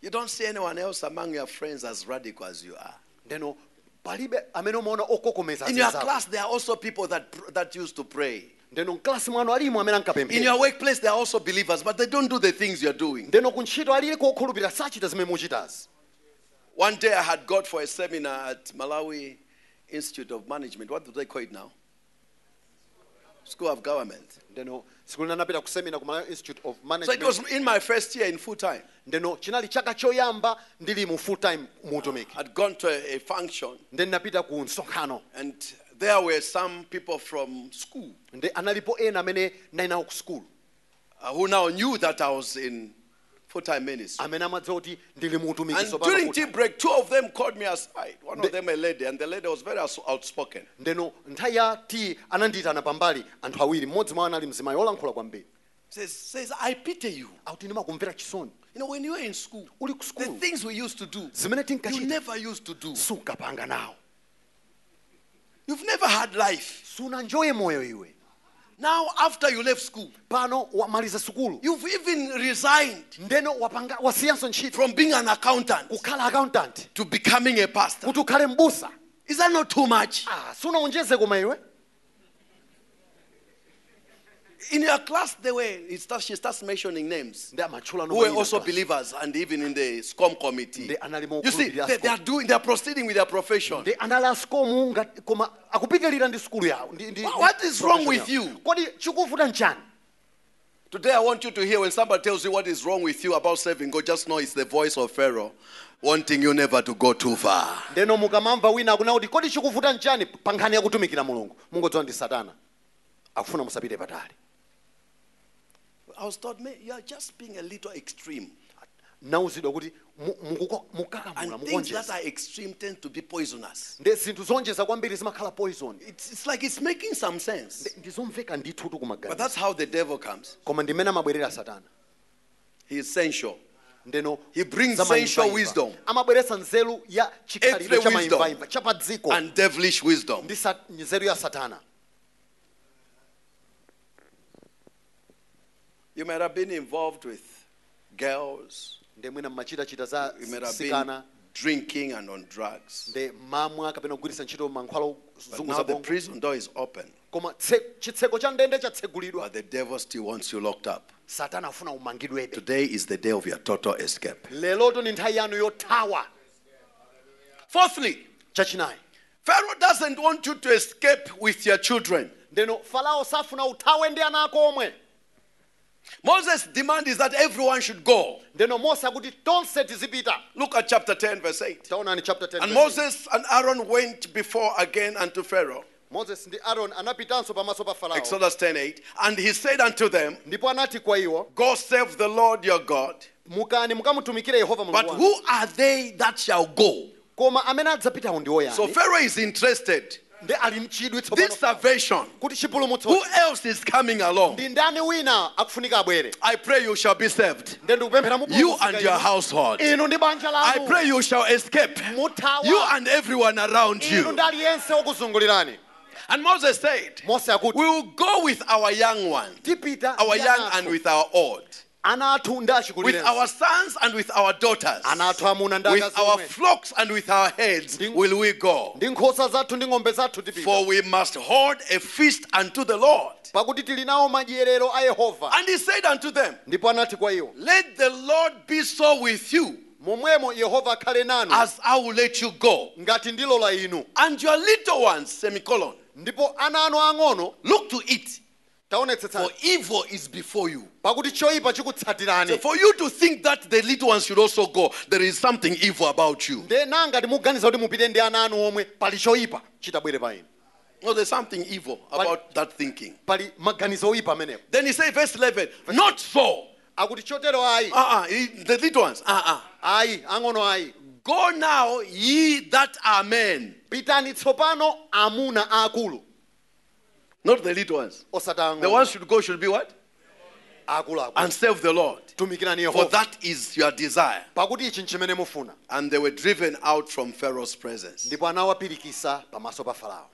Speaker 2: You don't see anyone else among your friends as radical as you are.
Speaker 3: ndeno palibe amene umaona okokomeza
Speaker 2: In
Speaker 3: zinthu
Speaker 2: your
Speaker 3: zako.
Speaker 2: class, there are also people that, pr- that used to pray.
Speaker 3: ndeno mklasi mwanu alimu amene
Speaker 2: In
Speaker 3: ankapemphera
Speaker 2: your workplace, there are also believers, but they don't do the things you're doing.
Speaker 3: ndeno kuntchito aliliko okhulupirira sachita zimene muchitazi
Speaker 2: One day I had God for a seminar at Malawi Institute of Management. What do they call it now? School of Government.
Speaker 3: ndeno siku lina anapita kusemina ku Malawi institute of
Speaker 2: So it
Speaker 3: management
Speaker 2: was in my first year in full time.
Speaker 3: ndeno chinali chaka choyamba ndili mu full time muutumiki
Speaker 2: I'd gone to a, a function,
Speaker 3: ndi ndinapita ku msonkhano
Speaker 2: and there were some people from school
Speaker 3: ndi analipo ena amene ndali nawo ku sukulu
Speaker 2: uh, who now knew that I was in full time ministry.
Speaker 3: amene amadziwa kuti ndili muutumiki
Speaker 2: And
Speaker 3: tsopano
Speaker 2: during
Speaker 3: full-time.
Speaker 2: tea break, two of them called me aside. One
Speaker 3: The-
Speaker 2: of them a lady, and the lady was very outs- outspoken.
Speaker 3: ndeno nthawi ya ti anandiyitana pambali anthu awiri mmodzi mwawo anali mzimayi olankhula kwambiri
Speaker 2: Says, says, I pity you.
Speaker 3: akuti ndimakumvera chisoni
Speaker 2: You know, when you were in school,
Speaker 3: uli ku
Speaker 2: the
Speaker 3: sukulu
Speaker 2: things we used to do,
Speaker 3: zimene
Speaker 2: you
Speaker 3: tinkachita
Speaker 2: never used to do.
Speaker 3: sunkapanga nawo
Speaker 2: You've never had life.
Speaker 3: sunanjoye moyo iwe
Speaker 2: Now, after you left school,
Speaker 3: pano wamaliza sukulu
Speaker 2: you've even resigned
Speaker 3: ndeno wapanga wasiyanso ntchito
Speaker 2: from being an accountant
Speaker 3: kukhala accountant
Speaker 2: to becoming a pastor.
Speaker 3: kuti ukhale m'busa
Speaker 2: Is that not too much?
Speaker 3: ah, sunawonjeze koma iwe
Speaker 2: In your class, they were, it starts, she starts mentioning names
Speaker 3: ndi amatchula
Speaker 2: who were also believers and even in the SCOM committee.
Speaker 3: They are not even
Speaker 2: You see,
Speaker 3: included in
Speaker 2: they,
Speaker 3: ASCOM.
Speaker 2: they are doing, they are proceeding with their profession.
Speaker 3: ndi anali asikomu ngati- koma akupitirira ndi sukulu yawo ndi- ndi-
Speaker 2: Wha- what is wrong with you?
Speaker 3: kodi chikuvuta mchani
Speaker 2: Today, I want you to hear when somebody tells you what is wrong with you about serving God, just know it's the voice of Pharaoh wanting you never to go too far.
Speaker 3: ndeno mukamamva wina akuna kuti kodi chikuvuta mchani pankhani yakutumikira mulungu mungodziwa ndi satana akufuna musapite patali
Speaker 2: I was taught, "Mate, you are just being a little extreme.
Speaker 3: nauzidwa kuti mu- mukuko-
Speaker 2: And
Speaker 3: mukakamula
Speaker 2: things that
Speaker 3: mukonjeza
Speaker 2: are extreme tend to be poisonous.
Speaker 3: ndi zinthu zonjeza kwambiri zimakhala poison
Speaker 2: It's, it's like it's making some sense.
Speaker 3: Ndi- ndizomveka ndithu
Speaker 2: But
Speaker 3: tukumaganiza
Speaker 2: that's how the devil comes.
Speaker 3: koma ndimene amabwerera satana
Speaker 2: He is sensual.
Speaker 3: ndeno
Speaker 2: He brings
Speaker 3: za
Speaker 2: sensual
Speaker 3: maimvaimva.
Speaker 2: wisdom.
Speaker 3: amabweretsa nzeru ya chikhalidwe
Speaker 2: Earthly
Speaker 3: cha
Speaker 2: wisdom.
Speaker 3: maimvaimva cha pa dziko
Speaker 2: And devilish wisdom.
Speaker 3: ndi sa- nzeru ya satana
Speaker 2: You might have been involved with girls.
Speaker 3: ndi mwina mmachitachita za
Speaker 2: You might have been
Speaker 3: sikana
Speaker 2: drinking and on drugs.
Speaker 3: ndi mamwa kapena kugwiritsa ntchito mankhwala
Speaker 2: But now
Speaker 3: zunguza
Speaker 2: the
Speaker 3: bongo
Speaker 2: prison door is open.
Speaker 3: koma tse- chitseko cha ndende chatsegulidwa
Speaker 2: But the devil still wants you locked up.
Speaker 3: satana afuna umangidwebe
Speaker 2: Today is the day of your total escape.
Speaker 3: leloto ni nthawi yanu yothawa
Speaker 2: Fourthly,
Speaker 3: chachinayi
Speaker 2: Pharaoh doesn't want you to escape with your children.
Speaker 3: ndeno falao safuna uthawe ndi ana ako omwe
Speaker 2: Moses' demand is that everyone should go.
Speaker 3: ndeno mose akuti tonse tizipita
Speaker 2: Look at chapter 10, verse 8.
Speaker 3: taonani chapter 10
Speaker 2: And
Speaker 3: verse
Speaker 2: Moses and Aaron went before again unto Pharaoh.
Speaker 3: moses ndi aaron anapitanso pamaso pa farao
Speaker 2: Exodus 10 8. And he said unto them,
Speaker 3: ndipo anati kwa iwo
Speaker 2: Go serve the Lord your God.
Speaker 3: mukani mukamutumikire yehova
Speaker 2: But
Speaker 3: mulungu wanu
Speaker 2: who are they that shall go?
Speaker 3: koma amene adzapitawo ndi
Speaker 2: So
Speaker 3: oyani
Speaker 2: Pharaoh is interested.
Speaker 3: ndi ali mchidwi
Speaker 2: This
Speaker 3: tsopano
Speaker 2: salvation,
Speaker 3: kuti
Speaker 2: who
Speaker 3: chipulumutso
Speaker 2: else is coming along?
Speaker 3: ndi ndani wina akufunika abwere
Speaker 2: I pray you shall be saved.
Speaker 3: ndi ndikupemphera mupulumutse
Speaker 2: You and your household.
Speaker 3: inu ndi banja
Speaker 2: I pray
Speaker 3: lanu
Speaker 2: you shall escape.
Speaker 3: muthawa
Speaker 2: You and everyone around
Speaker 3: inu
Speaker 2: you.
Speaker 3: ndi aliyense okuzungulirani
Speaker 2: And Moses said,
Speaker 3: mose
Speaker 2: We
Speaker 3: akuti
Speaker 2: will go with our young ones,
Speaker 3: tipita
Speaker 2: our
Speaker 3: ndi
Speaker 2: young
Speaker 3: ana
Speaker 2: and
Speaker 3: athu.
Speaker 2: with our old,
Speaker 3: ana athu
Speaker 2: with
Speaker 3: ndi achikulire
Speaker 2: our sons and with our daughters,
Speaker 3: ana athu amuna ndi
Speaker 2: with
Speaker 3: akazi
Speaker 2: our
Speaker 3: omwe
Speaker 2: flocks and with our heads
Speaker 3: Ding-
Speaker 2: will we go.
Speaker 3: ndi nkhosa zathu ndi ng'ombe zathu tipita
Speaker 2: For we must hold a feast unto the Lord.
Speaker 3: pakuti tili nawo madyerero a yehova
Speaker 2: And he said unto them,
Speaker 3: ndipo anati kwa iwo
Speaker 2: Let the Lord be so with you
Speaker 3: momwemo yehova akhale nanu
Speaker 2: as I will let you go.
Speaker 3: ngati ndilola inu
Speaker 2: And your little ones, semicolon,
Speaker 3: ndipo ana anu ang'ono
Speaker 2: look to it, for
Speaker 3: taonetsetsani
Speaker 2: evil is before you.
Speaker 3: pakuti choyipa
Speaker 2: So
Speaker 3: chikutsatirani
Speaker 2: for you to think that the little ones should also go, there is something evil about you.
Speaker 3: nde nanga timuganiza kuti mupite ndi ana anu omwe pali choyipa chitabwere pa inu
Speaker 2: No, there's something evil about that thinking.
Speaker 3: pali maganizo oyipa amenewo
Speaker 2: Then he said, verse 11, not so.
Speaker 3: akuti chotero ayi
Speaker 2: Uh-uh, he- the little ones, uh-uh.
Speaker 3: ayi ang'ono ayi
Speaker 2: Go now, ye that are men.
Speaker 3: pitani tsopano amuna aakulu
Speaker 2: Not the little ones.
Speaker 3: osata
Speaker 2: The
Speaker 3: ang'ono
Speaker 2: ones should go should be what?
Speaker 3: akuluakulu
Speaker 2: And serve the Lord.
Speaker 3: tumikirani
Speaker 2: For
Speaker 3: yehova
Speaker 2: that is your desire.
Speaker 3: pakuti ichi nchimene mufuna
Speaker 2: And they were driven out from Pharaoh's presence.
Speaker 3: ndipo anawapirikisa pamaso pa farao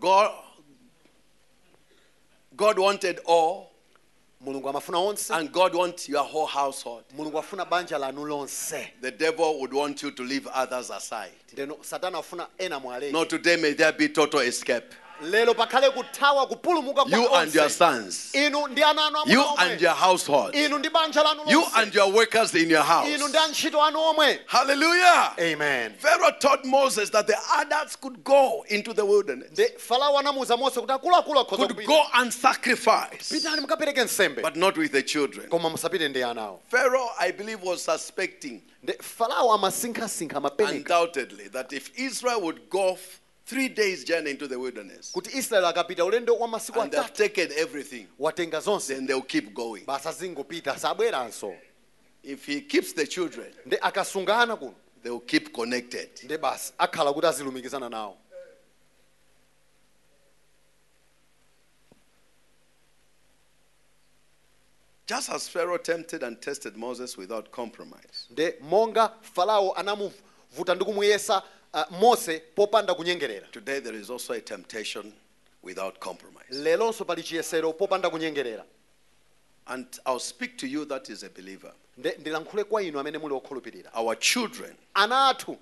Speaker 2: God, God wanted all,
Speaker 3: mulungu amafuna onse
Speaker 2: And God wants your whole household.
Speaker 3: mulungu afuna banja lanu lonse
Speaker 2: The devil would want you to leave others aside.
Speaker 3: ndeno satana afuna ena mwaleki
Speaker 2: No, today may there be total escape.
Speaker 3: lero pakhale kuthawa kupulumuka kwa
Speaker 2: You and your
Speaker 3: onse
Speaker 2: sons,
Speaker 3: inu ndi ana anu amuna
Speaker 2: you
Speaker 3: omwe.
Speaker 2: and your household,
Speaker 3: inu ndi banja lanu
Speaker 2: you
Speaker 3: lonse.
Speaker 2: and your workers in your house.
Speaker 3: inu ndi antchito anu omwe
Speaker 2: Hallelujah.
Speaker 3: amen
Speaker 2: Pharaoh taught Moses that the adults could go into the wilderness,
Speaker 3: Nde farao anamuwuza mose kuti akuluakulu akhoza
Speaker 2: could
Speaker 3: kupita.
Speaker 2: go and sacrifice,
Speaker 3: pitani mukapereke nsembe
Speaker 2: but not with the children.
Speaker 3: koma musapite ndi ana awo
Speaker 2: Pharaoh, I believe, was suspecting
Speaker 3: nde farao amasinkhansinkha amapereka
Speaker 2: undoubtedly that if Israel would go f- three days' journey into the wilderness
Speaker 3: kuti israeli akapita ulendo wa masiku
Speaker 2: and they've
Speaker 3: atatu
Speaker 2: taken everything,
Speaker 3: watenga zonse
Speaker 2: then they'll keep going.
Speaker 3: basazingopita sabweranso
Speaker 2: If he keeps the children,
Speaker 3: nde akasungana kuno
Speaker 2: they'll keep connected.
Speaker 3: nde basi akhala kuti azilumikizana nawo
Speaker 2: Just as Pharaoh tempted and tested Moses without compromise,
Speaker 3: nde monga farao anamuvuta ndi kumuyesa uh, mose popanda kunyengerera
Speaker 2: today there is also a temptation without compromise.
Speaker 3: lelonso pali chiyesero popanda kunyengerera
Speaker 2: And I'll speak to you that is a believer.
Speaker 3: nde ndilankhule kwa inu amene muli okhulupirira
Speaker 2: Our children
Speaker 3: ana athu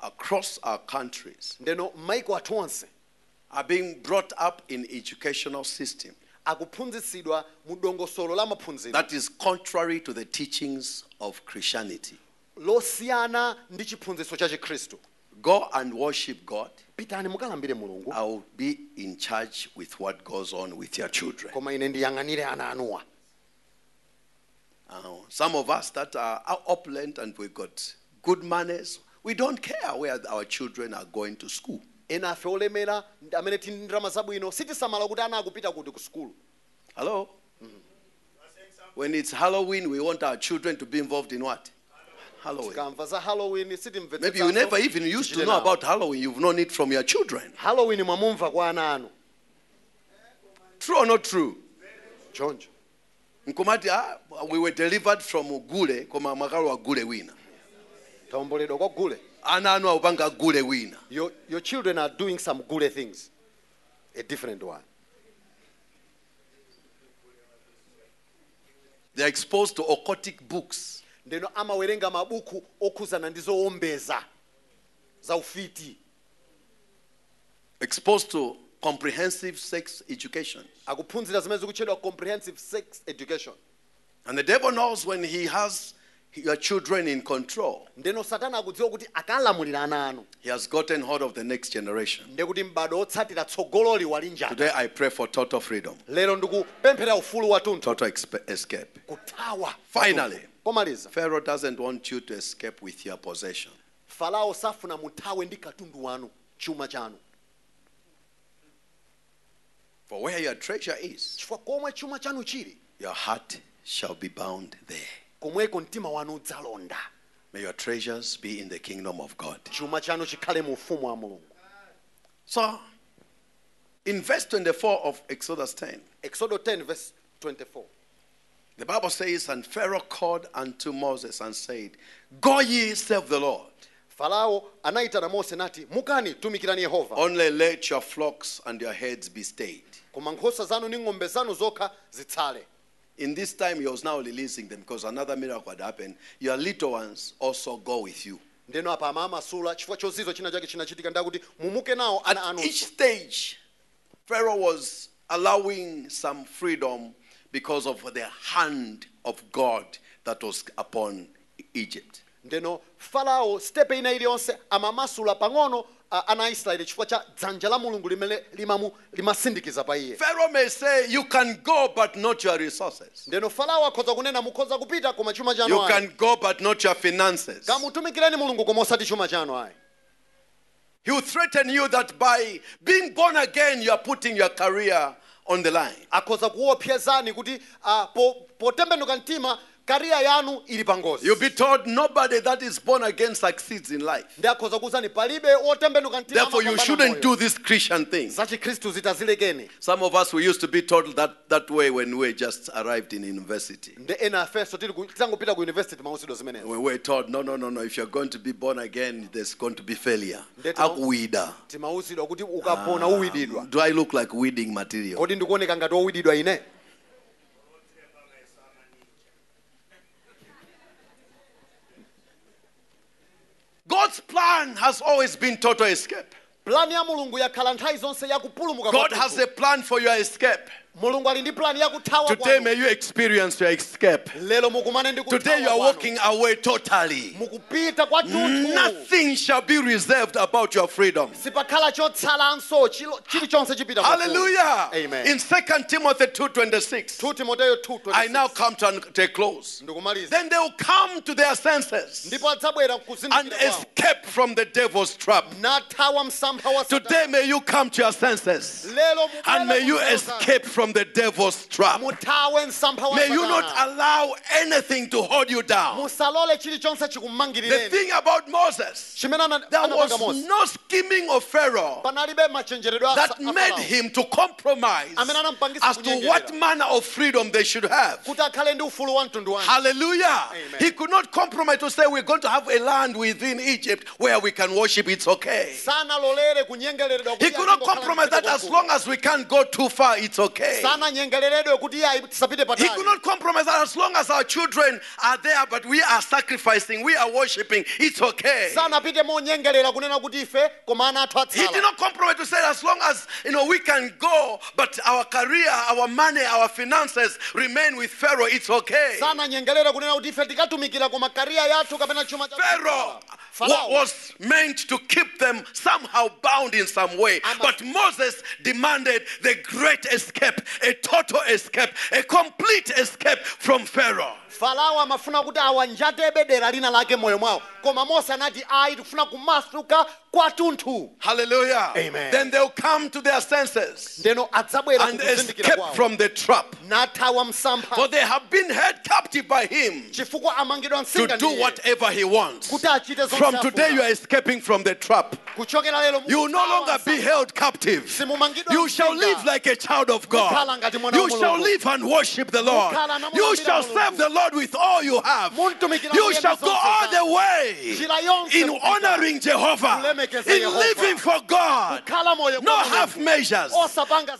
Speaker 2: across our countries
Speaker 3: ndeno maiko athu onse
Speaker 2: are being brought up in educational system
Speaker 3: akuphunzitsidwa mu dongosolo la maphunziro
Speaker 2: that is contrary to the teachings of Christianity.
Speaker 3: losiyana ndi chiphunzitso cha chikhristu
Speaker 2: Go and worship God.
Speaker 3: pitani mukalambire mulungu
Speaker 2: I'll be in charge with what goes on with your children.
Speaker 3: koma ine ndiyang'anire ana anuwa
Speaker 2: Uh, some of us that are up- opulent and we got good manners, we don't care where our children are going to school.
Speaker 3: ena afe olemera ndi amene tili ndi ndalama zabwino sitisamala kuti ana akupita kuti ku sukulu
Speaker 2: Hello? Mm-hmm. When it's Halloween, we want our children to be involved in what? Halloween.
Speaker 3: tikamva za halloween
Speaker 2: Maybe you never even used to know about Halloween. You've known it from your children.
Speaker 3: halloween mwamumva kwa ana anu
Speaker 2: True or not true?
Speaker 3: choncho
Speaker 2: Nkumati, ah, we were delivered from Gule, koma mwakalo wa Gule wina.
Speaker 3: tawomboledwa kwa gule
Speaker 2: Ana anu aupanga Gule wina.
Speaker 3: your, your children are doing some gule things a different one
Speaker 2: They're exposed to occultic books.
Speaker 3: ndeno amawerenga mabuku okhuzana ndi zowombeza za ufiti
Speaker 2: exposed to comprehensive sex education.
Speaker 3: akuphunzira zimene zikutchedwa comprehensive sex education
Speaker 2: And the devil knows when he has your children in control,
Speaker 3: ndeno satana akudziwa kuti akalamulira ana anu
Speaker 2: he has gotten hold of the next generation.
Speaker 3: nde kuti mbado otsatira tsogololi wali njani
Speaker 2: Today I pray for total freedom,
Speaker 3: lero ndikupemphera ufulu watunthu
Speaker 2: total exp- escape.
Speaker 3: kuthawa
Speaker 2: Finally.
Speaker 3: komaliza
Speaker 2: Pharaoh doesn't want you to escape with your possession.
Speaker 3: farao safuna muthawe ndi katundu wanu chuma chanu
Speaker 2: For where your treasure is,
Speaker 3: chifukwa komwe chuma chanu chili
Speaker 2: your heart shall be bound there.
Speaker 3: komweko mtima wanu udzalonda
Speaker 2: May your treasures be in the kingdom of God.
Speaker 3: chuma chanu chikhale mu ufumu wa mulungu
Speaker 2: So, in verse 24 of Exodus 10,
Speaker 3: exodo 10 verse 24
Speaker 2: The Bible says, And Pharaoh called unto Moses and said, Go ye, serve the Lord.
Speaker 3: farao anayitana mose nati mukani tumikirani yehova
Speaker 2: Only let your flocks and your heads be stayed.
Speaker 3: koma nkhosa zanu ndi ng'ombe zanu zokha zitsale
Speaker 2: In this time, he was now releasing them because another miracle had happened. Your little ones also go with you.
Speaker 3: ndeno apa amamasula chifukwa chozizo china chake chinachitika ndakuti mumuke nawo ana anu
Speaker 2: Each stage, Pharaoh was allowing some freedom because of the hand of God that was upon Egypt.
Speaker 3: ndeno farao stepe ina iliyonse amamasula pang'ono a- ana aisraeli chifukwa cha dzanja la mulungu limene limamu limasindikiza pa iye
Speaker 2: Pharaoh may say, You can go, but not your resources.
Speaker 3: ndeno farao akhoza kunena mukhoza kupita koma chuma chanu
Speaker 2: You
Speaker 3: ayi
Speaker 2: can go, but not your finances.
Speaker 3: kamutumikireni mulungu koma osati chuma chanu ayi
Speaker 2: He will threaten you that by being born again, you are putting your career on the line.
Speaker 3: akhoza kuopsezani kuti ah, po- potembenuka mtima kariya yanu ili pangozi
Speaker 2: You'll be told nobody that is born again succeeds in life.
Speaker 3: ndi akhoza kuwuzani palibe otembenuka mtima
Speaker 2: Therefore, you
Speaker 3: amapambana
Speaker 2: shouldn't
Speaker 3: moyo.
Speaker 2: do this Christian thing.
Speaker 3: za chikhristu zitazilekeni
Speaker 2: Some of us, we used to be told that, that way when we just arrived in university.
Speaker 3: ndi ena afenso tili ku- tangopita ku university mausidwe zimenezo
Speaker 2: We were told, no, no, no, no, if you're going to be born again, there's going to be failure.
Speaker 3: That's all.
Speaker 2: Akuwida.
Speaker 3: timausidwa kuti
Speaker 2: Ah.
Speaker 3: ukapona uwididwa
Speaker 2: Do I look like weeding material?
Speaker 3: kodi ndikuoneka ngati owididwa ine
Speaker 2: God's plan has always been total escape.
Speaker 3: plani ya mulungu yakhala nthawi zonse yakupulumuka
Speaker 2: God has a plan for your escape.
Speaker 3: mulungu ali ndi plani yakuthawa
Speaker 2: Today,
Speaker 3: kwanu.
Speaker 2: may you experience your escape.
Speaker 3: lero mukumane ndi
Speaker 2: Today, you
Speaker 3: kuthawa
Speaker 2: are
Speaker 3: kwanu.
Speaker 2: walking away totally.
Speaker 3: mukupita kwa tunthu
Speaker 2: Nothing shall be reserved about your freedom.
Speaker 3: sipakhala chotsalanso chilo- chilichonse chipita kwa tunthu.
Speaker 2: Hallelujah.
Speaker 3: Amen.
Speaker 2: In 2 Timothy 2.26,
Speaker 3: 2 Timoteyo 2:26.
Speaker 2: I now come to an- to a close.
Speaker 3: Ndikumaliza.
Speaker 2: Then they will come to their senses
Speaker 3: ndipo adzabwera
Speaker 2: and
Speaker 3: kuzindikira kwawo.
Speaker 2: escape from the devil's trap.
Speaker 3: nathawa msampha wa Satana.
Speaker 2: Today, may you come to your senses
Speaker 3: lero
Speaker 2: and may you
Speaker 3: mubwere kuzindikira
Speaker 2: escape from the devil's trap.
Speaker 3: kwawo. muthawe msampha wa
Speaker 2: May you not
Speaker 3: Satana.
Speaker 2: allow anything to hold you down.
Speaker 3: musalole chilichonse
Speaker 2: The
Speaker 3: chikumangirireni
Speaker 2: thing about Moses,
Speaker 3: chimene ana-
Speaker 2: there
Speaker 3: anapanga
Speaker 2: was
Speaker 3: mose
Speaker 2: no scheming of Pharaoh
Speaker 3: panalibe machenjeredwe a-
Speaker 2: that
Speaker 3: a
Speaker 2: made
Speaker 3: Farao.
Speaker 2: him to compromise
Speaker 3: Amene anampangisa
Speaker 2: as to
Speaker 3: kunyengera.
Speaker 2: what manner of freedom they should have.
Speaker 3: kuti akhale ndi ufulu wa mtundu wanu
Speaker 2: Hallelujah.
Speaker 3: Amen.
Speaker 2: He could not compromise to say, We're going to have a land within Egypt where we can worship, it's okay.
Speaker 3: sanalolere kunyengereredwa kuti
Speaker 2: He
Speaker 3: iye
Speaker 2: could not
Speaker 3: azingokhala ndi
Speaker 2: compromise that
Speaker 3: mtengo
Speaker 2: as
Speaker 3: wamkulu.
Speaker 2: long as we can't go too far, it's okay.
Speaker 3: sananyengereredwe kuti iye ayi- tisapite
Speaker 2: He could
Speaker 3: patali
Speaker 2: not compromise that as long as our children are there, but we are sacrificing, we are worshiping, it's okay.
Speaker 3: sanapite monyengerera kunena kuti ife koma ana athu
Speaker 2: He did
Speaker 3: atsala
Speaker 2: not compromise to say as long as you know we can go, but our career, our money, our finances remain with Pharaoh. It's okay.
Speaker 3: sananyengerera kunena kuti ife tikatumikira koma kariya yathu kapena chuma cha-
Speaker 2: Pharaoh wa-
Speaker 3: Farao.
Speaker 2: was meant to keep them somehow bound in some way.
Speaker 3: Ama-
Speaker 2: But Moses demanded the great escape, a total escape, a complete escape from Pharaow.
Speaker 3: farao amafuna kuti awanjatebe dera lina lake moyo mwawo koma mose anati ayi tikufuna kumasuka kwatunthu
Speaker 2: Hallelujah.
Speaker 3: Amen.
Speaker 2: Then they'll come to their senses
Speaker 3: ndeno adzabwera
Speaker 2: and
Speaker 3: kuzindikira
Speaker 2: escape
Speaker 3: kwawo
Speaker 2: from the trap.
Speaker 3: nathawa
Speaker 2: For
Speaker 3: msampha
Speaker 2: they have been held captive by him
Speaker 3: chifukwa amangidwa
Speaker 2: to
Speaker 3: msinga
Speaker 2: do whatever he wants.
Speaker 3: kuti achite zonse
Speaker 2: From today,
Speaker 3: afuna.
Speaker 2: you are escaping from the trap.
Speaker 3: kuchokera lero
Speaker 2: You will no longer be held captive. You shall live like a child of God. You shall live and worship the Lord. You shall serve the Lord with all you have. You shall go all the way in honoring Jehovah, in living for God. No half measures.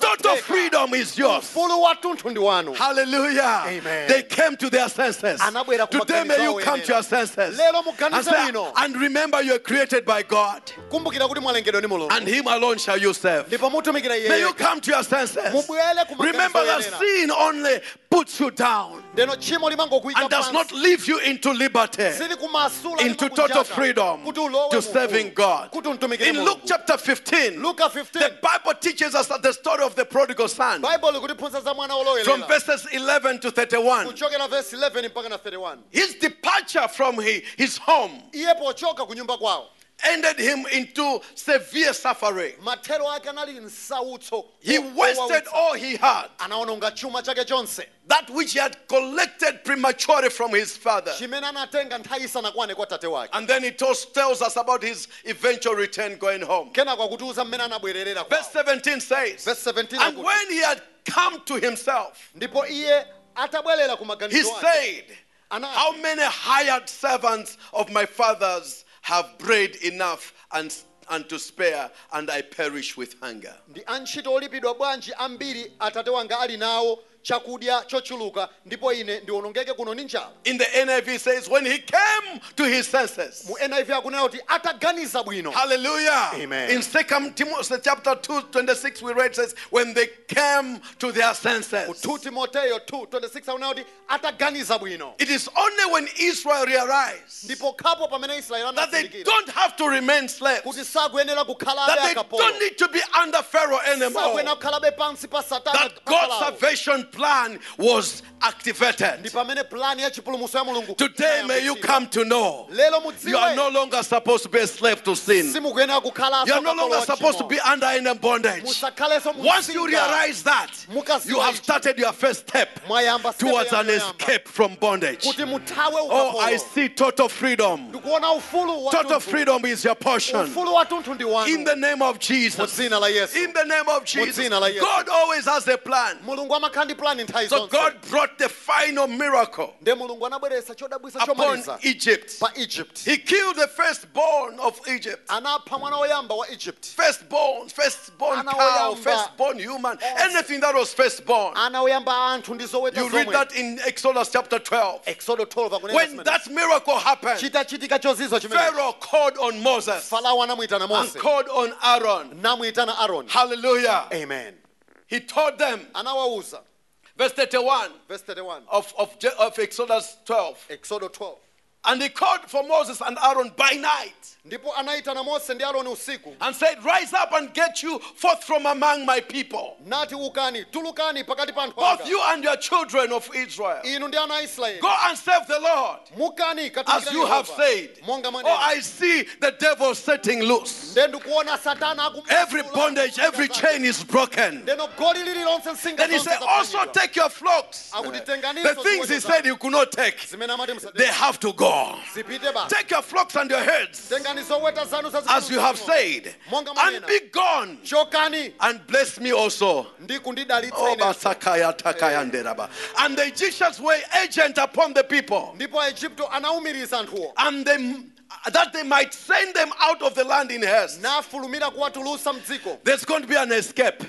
Speaker 2: Total freedom is yours.
Speaker 3: ufulu wathunthu ndi wanu
Speaker 2: Hallelujah.
Speaker 3: Amen.
Speaker 2: They came to their senses.
Speaker 3: Anabwera kumaganizo
Speaker 2: Today may you come to your senses.
Speaker 3: Lero muganizo
Speaker 2: And, say-
Speaker 3: lino.
Speaker 2: and remember you're created by God.
Speaker 3: kumbukira kuti mwalengedwa ndi mulungu
Speaker 2: And him alone shall you serve.
Speaker 3: ndipo mutumikira
Speaker 2: May you
Speaker 3: iye
Speaker 2: come to your senses.
Speaker 3: Mubwele kumaganizo
Speaker 2: Remember that
Speaker 3: yenera.
Speaker 2: sin only puts you down
Speaker 3: ndeno tchimo limangokuyika
Speaker 2: and does not
Speaker 3: pansi
Speaker 2: leave you into liberty,
Speaker 3: zili kumasula
Speaker 2: into
Speaker 3: limakunjaka,
Speaker 2: total freedom
Speaker 3: kuti ulowe
Speaker 2: to
Speaker 3: mu-
Speaker 2: serving God.
Speaker 3: kuti umtumikire
Speaker 2: In Luke
Speaker 3: Mulungu.
Speaker 2: chapter 15,
Speaker 3: Luka
Speaker 2: the
Speaker 3: 15
Speaker 2: Bible teaches us that the story of the prodigal son
Speaker 3: bible ikutiphunza za mwana
Speaker 2: from
Speaker 3: wolowelela
Speaker 2: verses 11 to 31.
Speaker 3: kuchokera verse 11 mpaka na 31
Speaker 2: His departure from hi- his home
Speaker 3: iye pochoka kunyumba kwawo
Speaker 2: ended him into severe suffering.
Speaker 3: mathero ake anali msautso
Speaker 2: He wasted all he had,
Speaker 3: anaononga chuma chake chonse
Speaker 2: that which he had collected prematurely from his father.
Speaker 3: chimene anatenga nthawi isanakwane kwa tate wake
Speaker 2: And then he tells, tells us about his eventual return going home.
Speaker 3: kenako akutiuza mmene anabwererera kwawo.
Speaker 2: Verse 17 says,
Speaker 3: Verse 17
Speaker 2: And
Speaker 3: akuti,
Speaker 2: when he had come to himself,
Speaker 3: ndipo iye atabwerera ku
Speaker 2: he
Speaker 3: maganizo ake
Speaker 2: said,
Speaker 3: Ana-
Speaker 2: How many hired servants of my father's have bread enough and, and to spare, and I perish with hunger?
Speaker 3: ndi antchito olipidwa bwanji ambiri atate wanga ali nawo chakudya chochuluka ndipo ine ndiwonongeke kuno ndi njala
Speaker 2: In the NIV it says, When he came to his senses,
Speaker 3: mu niv akunena kuti ataganiza bwino
Speaker 2: Hallelujah.
Speaker 3: Amen.
Speaker 2: In 2 Timothy chapter 2, 26, we read says, When they came to their senses.
Speaker 3: 2 timoteyo 2:26 akunena kuti ataganiza bwino
Speaker 2: It is only when Israel realized
Speaker 3: ndipo kapo pamene israeli
Speaker 2: that they
Speaker 3: anazindikira
Speaker 2: don't have to remain slaves,
Speaker 3: kuti sakuyenera kukhala abe
Speaker 2: that they don't
Speaker 3: akapolo
Speaker 2: need to be under Pharaoh anymore,
Speaker 3: sakuyena kukhalabe pansi pa satana
Speaker 2: that
Speaker 3: pa
Speaker 2: God's
Speaker 3: Farao.
Speaker 2: salvation plan was
Speaker 3: ndi
Speaker 2: activated.
Speaker 3: pamene plani ya chipulumuso ya mulungu
Speaker 2: Today, may you
Speaker 3: inayambitsidwa.
Speaker 2: come to know
Speaker 3: lero
Speaker 2: you are no
Speaker 3: mudziwe
Speaker 2: longer supposed to be a slave to sin,
Speaker 3: simukuyenera kukhala
Speaker 2: you are no
Speaker 3: asakapolo
Speaker 2: longer
Speaker 3: wa
Speaker 2: supposed to
Speaker 3: tchimo.
Speaker 2: be under any bondage.
Speaker 3: musakhalenso mu
Speaker 2: Once you
Speaker 3: mzinga.
Speaker 2: realize that, you have started your first step
Speaker 3: mwayamba step
Speaker 2: towards an
Speaker 3: yanu yoyamba.
Speaker 2: escape from bondage.
Speaker 3: kuti muthawe
Speaker 2: Oh, I
Speaker 3: ukapolo
Speaker 2: see total freedom.
Speaker 3: ndikuona ufulu wa
Speaker 2: Total
Speaker 3: tunthu.
Speaker 2: freedom is your portion.
Speaker 3: ufulu wathunthu ndi
Speaker 2: In
Speaker 3: wanu
Speaker 2: the name of Jesus.
Speaker 3: mudzina la yesu
Speaker 2: In the name of Jesus.
Speaker 3: Mudzina la Yesu.
Speaker 2: God always has a plan.
Speaker 3: mulungu amakhala ndi fulani nthawi
Speaker 2: So
Speaker 3: zonse
Speaker 2: God brought the final miracle
Speaker 3: nde mulungu anabweretsa chodabwisa
Speaker 2: upon
Speaker 3: chomaliza
Speaker 2: Egypt.
Speaker 3: pa egypt
Speaker 2: He killed the firstborn of Egypt.
Speaker 3: anapha mwana woyamba wa egypt
Speaker 2: Firstborn, firstborn
Speaker 3: Ana
Speaker 2: cow,
Speaker 3: woyamba.
Speaker 2: firstborn human,
Speaker 3: Yes.
Speaker 2: anything that was firstborn.
Speaker 3: ana woyamba a anthu ndi zoweta
Speaker 2: You read
Speaker 3: zomwe
Speaker 2: that in Exodus chapter 12.
Speaker 3: exodo 12 akunena
Speaker 2: When
Speaker 3: zimene.
Speaker 2: that miracle happened,
Speaker 3: chitachitika chozizo chimene
Speaker 2: Pharaoh called on Moses
Speaker 3: farao anamuyitana
Speaker 2: and
Speaker 3: mose
Speaker 2: called on Aaron.
Speaker 3: namuyitana aaroni
Speaker 2: Hallelujah.
Speaker 3: amen
Speaker 2: He told them,
Speaker 3: anawawuza
Speaker 2: verse 31
Speaker 3: verse 31
Speaker 2: of, of, Je- of Exodus 12.
Speaker 3: exodo 12
Speaker 2: And he called for Moses and Aaron by night
Speaker 3: ndipo anayitana mose ndi aaroni usiku
Speaker 2: and said, Rise up and get you forth from among my people,
Speaker 3: nati ukani tulukani pakati pa anthu
Speaker 2: both
Speaker 3: anga
Speaker 2: you and your children of Israel.
Speaker 3: inu ndi ana a israeli
Speaker 2: Go and serve the Lord.
Speaker 3: mukani
Speaker 2: As
Speaker 3: katumikirani
Speaker 2: you have
Speaker 3: Yehova.
Speaker 2: said,
Speaker 3: monga
Speaker 2: oh,
Speaker 3: mwanena.
Speaker 2: I see the devil setting loose.
Speaker 3: nde ndikuona satana akumwesula
Speaker 2: Every bondage, every
Speaker 3: mzinda zake.
Speaker 2: chain is broken.
Speaker 3: ndeno goli lililonse msinga
Speaker 2: Then he
Speaker 3: zonse
Speaker 2: said,
Speaker 3: zaphwanyidwa.
Speaker 2: Also take your flocks. The things he said you could not take,
Speaker 3: zimene amati
Speaker 2: they
Speaker 3: msadekane.
Speaker 2: have to go.
Speaker 3: zipite ba
Speaker 2: Take your flocks and your herds,
Speaker 3: tengani zoweta zanu za
Speaker 2: as you have
Speaker 3: zipulumutso.
Speaker 2: said, and be gone.
Speaker 3: chokani
Speaker 2: And bless me also.
Speaker 3: ndi kundidalitsa
Speaker 2: Oh,
Speaker 3: inenso.
Speaker 2: Basakaya, Takaya, and Deraba. And the Egyptians were agent upon the people,
Speaker 3: ndipo aegypto anawumiriza anthuwo
Speaker 2: and they, that they might send them out of the land in haste.
Speaker 3: nafulumira kuwatulusa mdziko
Speaker 2: There's going to be an escape.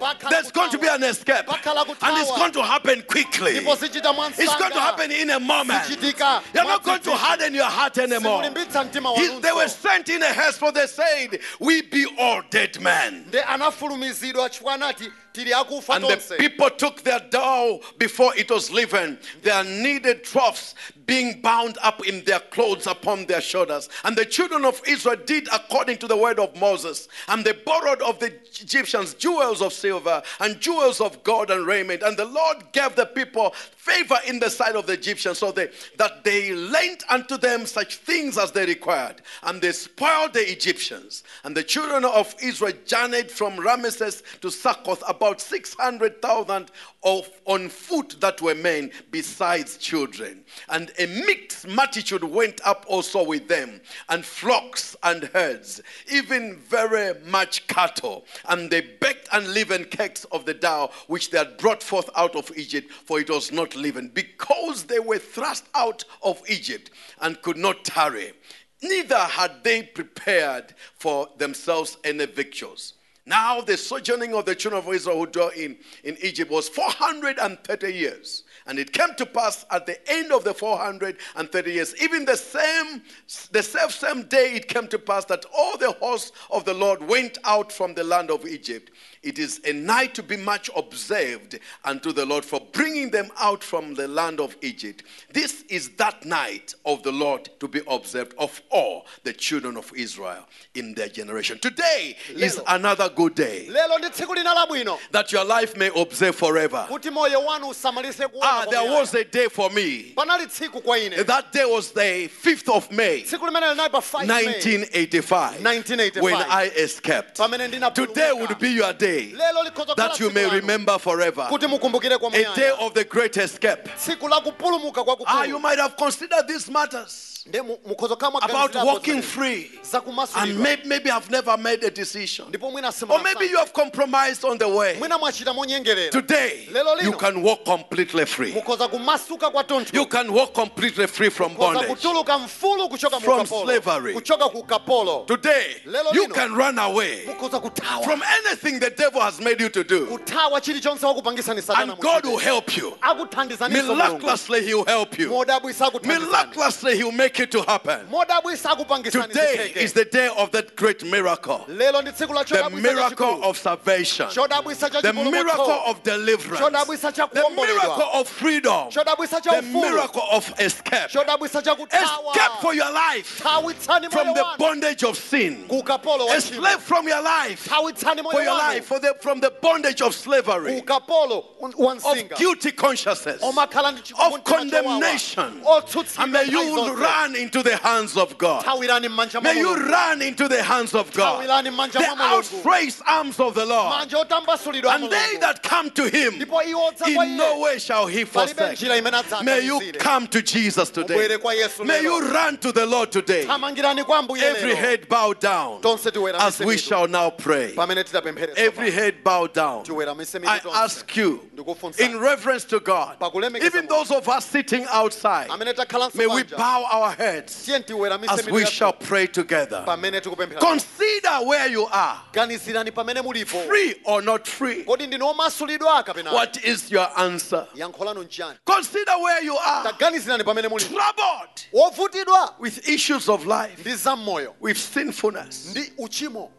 Speaker 3: Pakhala
Speaker 2: There's going to be an
Speaker 3: kutawa.
Speaker 2: escape.
Speaker 3: Pakhala
Speaker 2: And
Speaker 3: kutawa.
Speaker 2: it's going to happen quickly.
Speaker 3: ndipo zichita mwa
Speaker 2: It's going to happen in a moment.
Speaker 3: Zichitika.
Speaker 2: You're not going to harden your heart anymore.
Speaker 3: simulimbitsa mtima
Speaker 2: He- they were
Speaker 3: wanunso
Speaker 2: sent in a haste, for they said, We be all dead men.
Speaker 3: nde anafulumizidwa chifukwa anati tili akufa
Speaker 2: And the
Speaker 3: tonse
Speaker 2: people took their dough before it was leavened, their kneaded troughs being bound up in their clothes upon their shoulders. And the children of Israel did according to the word of Moses. And they borrowed of the Egyptians jewels of silver and jewels of gold and raiment. And the Lord gave the people favor in the sight of the Egyptians, so they, that they lent unto them such things as they required. And they spoiled the Egyptians. And the children of Israel journeyed from Ramesses to Succoth, about 600,000 of on foot that were men, besides children. And a mixed multitude went up also with them, and flocks and herds, even very much cattle. And they baked unleavened cakes of the dough which they had brought forth out of Egypt, for it was not leavened, because they were thrust out of Egypt and could not tarry. Neither had they prepared for themselves any victuals. Now the sojourning of the children of Israel who dwelt in, in Egypt was 430 years. And it came to pass at the end of the 430 years, even the same, the self same day it came to pass that all the hosts of the Lord went out from the land of Egypt. It is a night to be much observed unto the Lord for bringing them out from the land of Egypt. This is that night of the Lord to be observed of all the children of Israel in their generation. Today is
Speaker 3: Lelo.
Speaker 2: another good day
Speaker 3: lelo ndi tsiku lina labwino
Speaker 2: that your life may observe forever.
Speaker 3: kuti moyo wanu usamalise
Speaker 2: Ah,
Speaker 3: kuona
Speaker 2: there
Speaker 3: kwamuyaya.
Speaker 2: was a day for me.
Speaker 3: panali tsiku kwa ine
Speaker 2: That day was the 5th of May,
Speaker 3: tsiku limene linali pa 5 May
Speaker 2: 1985,
Speaker 3: 1985.
Speaker 2: when I escaped.
Speaker 3: pamene ndinapulumuka.
Speaker 2: Today would be your day
Speaker 3: lelo likhozakhala
Speaker 2: that you
Speaker 3: tsiku
Speaker 2: may
Speaker 3: lanu
Speaker 2: remember forever.
Speaker 3: kuti mukumbukire kwa
Speaker 2: A day
Speaker 3: muyaya
Speaker 2: of the great escape.
Speaker 3: tsiku la kupulumuka kwa
Speaker 2: Ah, you
Speaker 3: kukulu
Speaker 2: might have considered these matters
Speaker 3: nde mu- mukhozakhala
Speaker 2: about
Speaker 3: mwaganizirako
Speaker 2: walking
Speaker 3: zimene.
Speaker 2: free.
Speaker 3: za
Speaker 2: And
Speaker 3: kumasulidwa
Speaker 2: maybe, maybe I've never made a decision.
Speaker 3: ndipo mwina
Speaker 2: Or maybe you
Speaker 3: simunasana.
Speaker 2: have compromised on the way.
Speaker 3: mwina mwachita monyengerera
Speaker 2: Today,
Speaker 3: Lelo lino.
Speaker 2: you can walk completely free.
Speaker 3: mukhoza kumasuka kwa
Speaker 2: You
Speaker 3: tontho
Speaker 2: can walk completely free from
Speaker 3: khoza
Speaker 2: bondage.
Speaker 3: kutuluka mfulu kuchoka mu
Speaker 2: From
Speaker 3: ukapolo.
Speaker 2: slavery.
Speaker 3: kuchoka ku ukapolo
Speaker 2: Today,
Speaker 3: Lelo
Speaker 2: you
Speaker 3: lino.
Speaker 2: can run away
Speaker 3: mukhoza kuthawa
Speaker 2: from anything the devil has made you to do.
Speaker 3: kuthawa chilichonse wakupangisani satana
Speaker 2: And God will
Speaker 3: muchite.
Speaker 2: help you.
Speaker 3: akuthandizaniso Mulungu.
Speaker 2: Miraculously, He'll help you.
Speaker 3: modabwisa akuthandizani
Speaker 2: Miraculously, He'll make it to happen.
Speaker 3: modabwisa akupangisani
Speaker 2: Today is
Speaker 3: zitheke.
Speaker 2: the day of that great miracle
Speaker 3: lelo ndi tsiku la
Speaker 2: the
Speaker 3: chodabwisa
Speaker 2: miracle
Speaker 3: chachikulu.
Speaker 2: of salvation,
Speaker 3: chodabwisa cha
Speaker 2: the
Speaker 3: chipulumutso.
Speaker 2: miracle of deliverance,
Speaker 3: chodabwisa cha
Speaker 2: the
Speaker 3: kuomboledwa.
Speaker 2: miracle of freedom,
Speaker 3: chodabwisa cha
Speaker 2: the
Speaker 3: ufulu
Speaker 2: miracle of escape.
Speaker 3: chodabwisa cha kuthawa
Speaker 2: Escape for your life
Speaker 3: thawitsani
Speaker 2: from
Speaker 3: moyo
Speaker 2: the
Speaker 3: wanu
Speaker 2: bondage of sin.
Speaker 3: ku ukapolo wa tchimo.
Speaker 2: Escape from your life.
Speaker 3: thawitsani moyo
Speaker 2: for your
Speaker 3: wanu
Speaker 2: life, for the, from the bondage of slavery,
Speaker 3: ukapolo
Speaker 2: of
Speaker 3: wansinga
Speaker 2: guilty consciousness,
Speaker 3: omakhala ndi
Speaker 2: of
Speaker 3: chikumbutso cha
Speaker 2: condemnation.
Speaker 3: chowawa. Otsutsidwa
Speaker 2: And may
Speaker 3: nthawi
Speaker 2: you
Speaker 3: zonse.
Speaker 2: run into the hands of God.
Speaker 3: thawirani m'manja mwa
Speaker 2: May you
Speaker 3: Mulungu.
Speaker 2: run into the hands of God.
Speaker 3: Thawirani m'manja
Speaker 2: The
Speaker 3: mwa Mulungu.
Speaker 2: nice arms of the Lord.
Speaker 3: manja otambasulidwa a
Speaker 2: And they
Speaker 3: Mulungu.
Speaker 2: that come to him,
Speaker 3: ndipo iwo otsa kwa
Speaker 2: in no
Speaker 3: iye
Speaker 2: way shall he
Speaker 3: palibe
Speaker 2: forsake.
Speaker 3: njira imene adzatha
Speaker 2: May you
Speaker 3: izire.
Speaker 2: come to Jesus today.
Speaker 3: Mubwere kwa yesu
Speaker 2: May
Speaker 3: lero
Speaker 2: you run to the Lord today.
Speaker 3: thamangirani kwa ambuye
Speaker 2: Every
Speaker 3: lero
Speaker 2: head bow down
Speaker 3: tonse
Speaker 2: as
Speaker 3: tiweramise
Speaker 2: we
Speaker 3: mitu
Speaker 2: shall now pray.
Speaker 3: pamene tidapemphere
Speaker 2: Every
Speaker 3: tsopano.
Speaker 2: head bow down.
Speaker 3: tiweramise mitu
Speaker 2: I
Speaker 3: tonse
Speaker 2: ask you,
Speaker 3: ndikufunsa
Speaker 2: in reverence to God,
Speaker 3: Pakulemekeza
Speaker 2: even
Speaker 3: Mungu.
Speaker 2: those of us sitting outside,
Speaker 3: amene takhalanso
Speaker 2: may we
Speaker 3: panja,
Speaker 2: bow our heads
Speaker 3: tiye tiweramise
Speaker 2: as
Speaker 3: mitu
Speaker 2: we
Speaker 3: yathu
Speaker 2: shall pray together.
Speaker 3: pamene tikupemphera
Speaker 2: Consider where you are,
Speaker 3: ganizirani pamene mulipo
Speaker 2: free or not free.
Speaker 3: kodi ndinu omasulidwa kapena
Speaker 2: What is your answer?
Speaker 3: yankhulano njani
Speaker 2: Consider where you are,
Speaker 3: taganizirani pamene mulipo
Speaker 2: troubled
Speaker 3: wovutidwa
Speaker 2: with issues of life,
Speaker 3: ndi zammoyo
Speaker 2: with sinfulness.
Speaker 3: ndi uchimo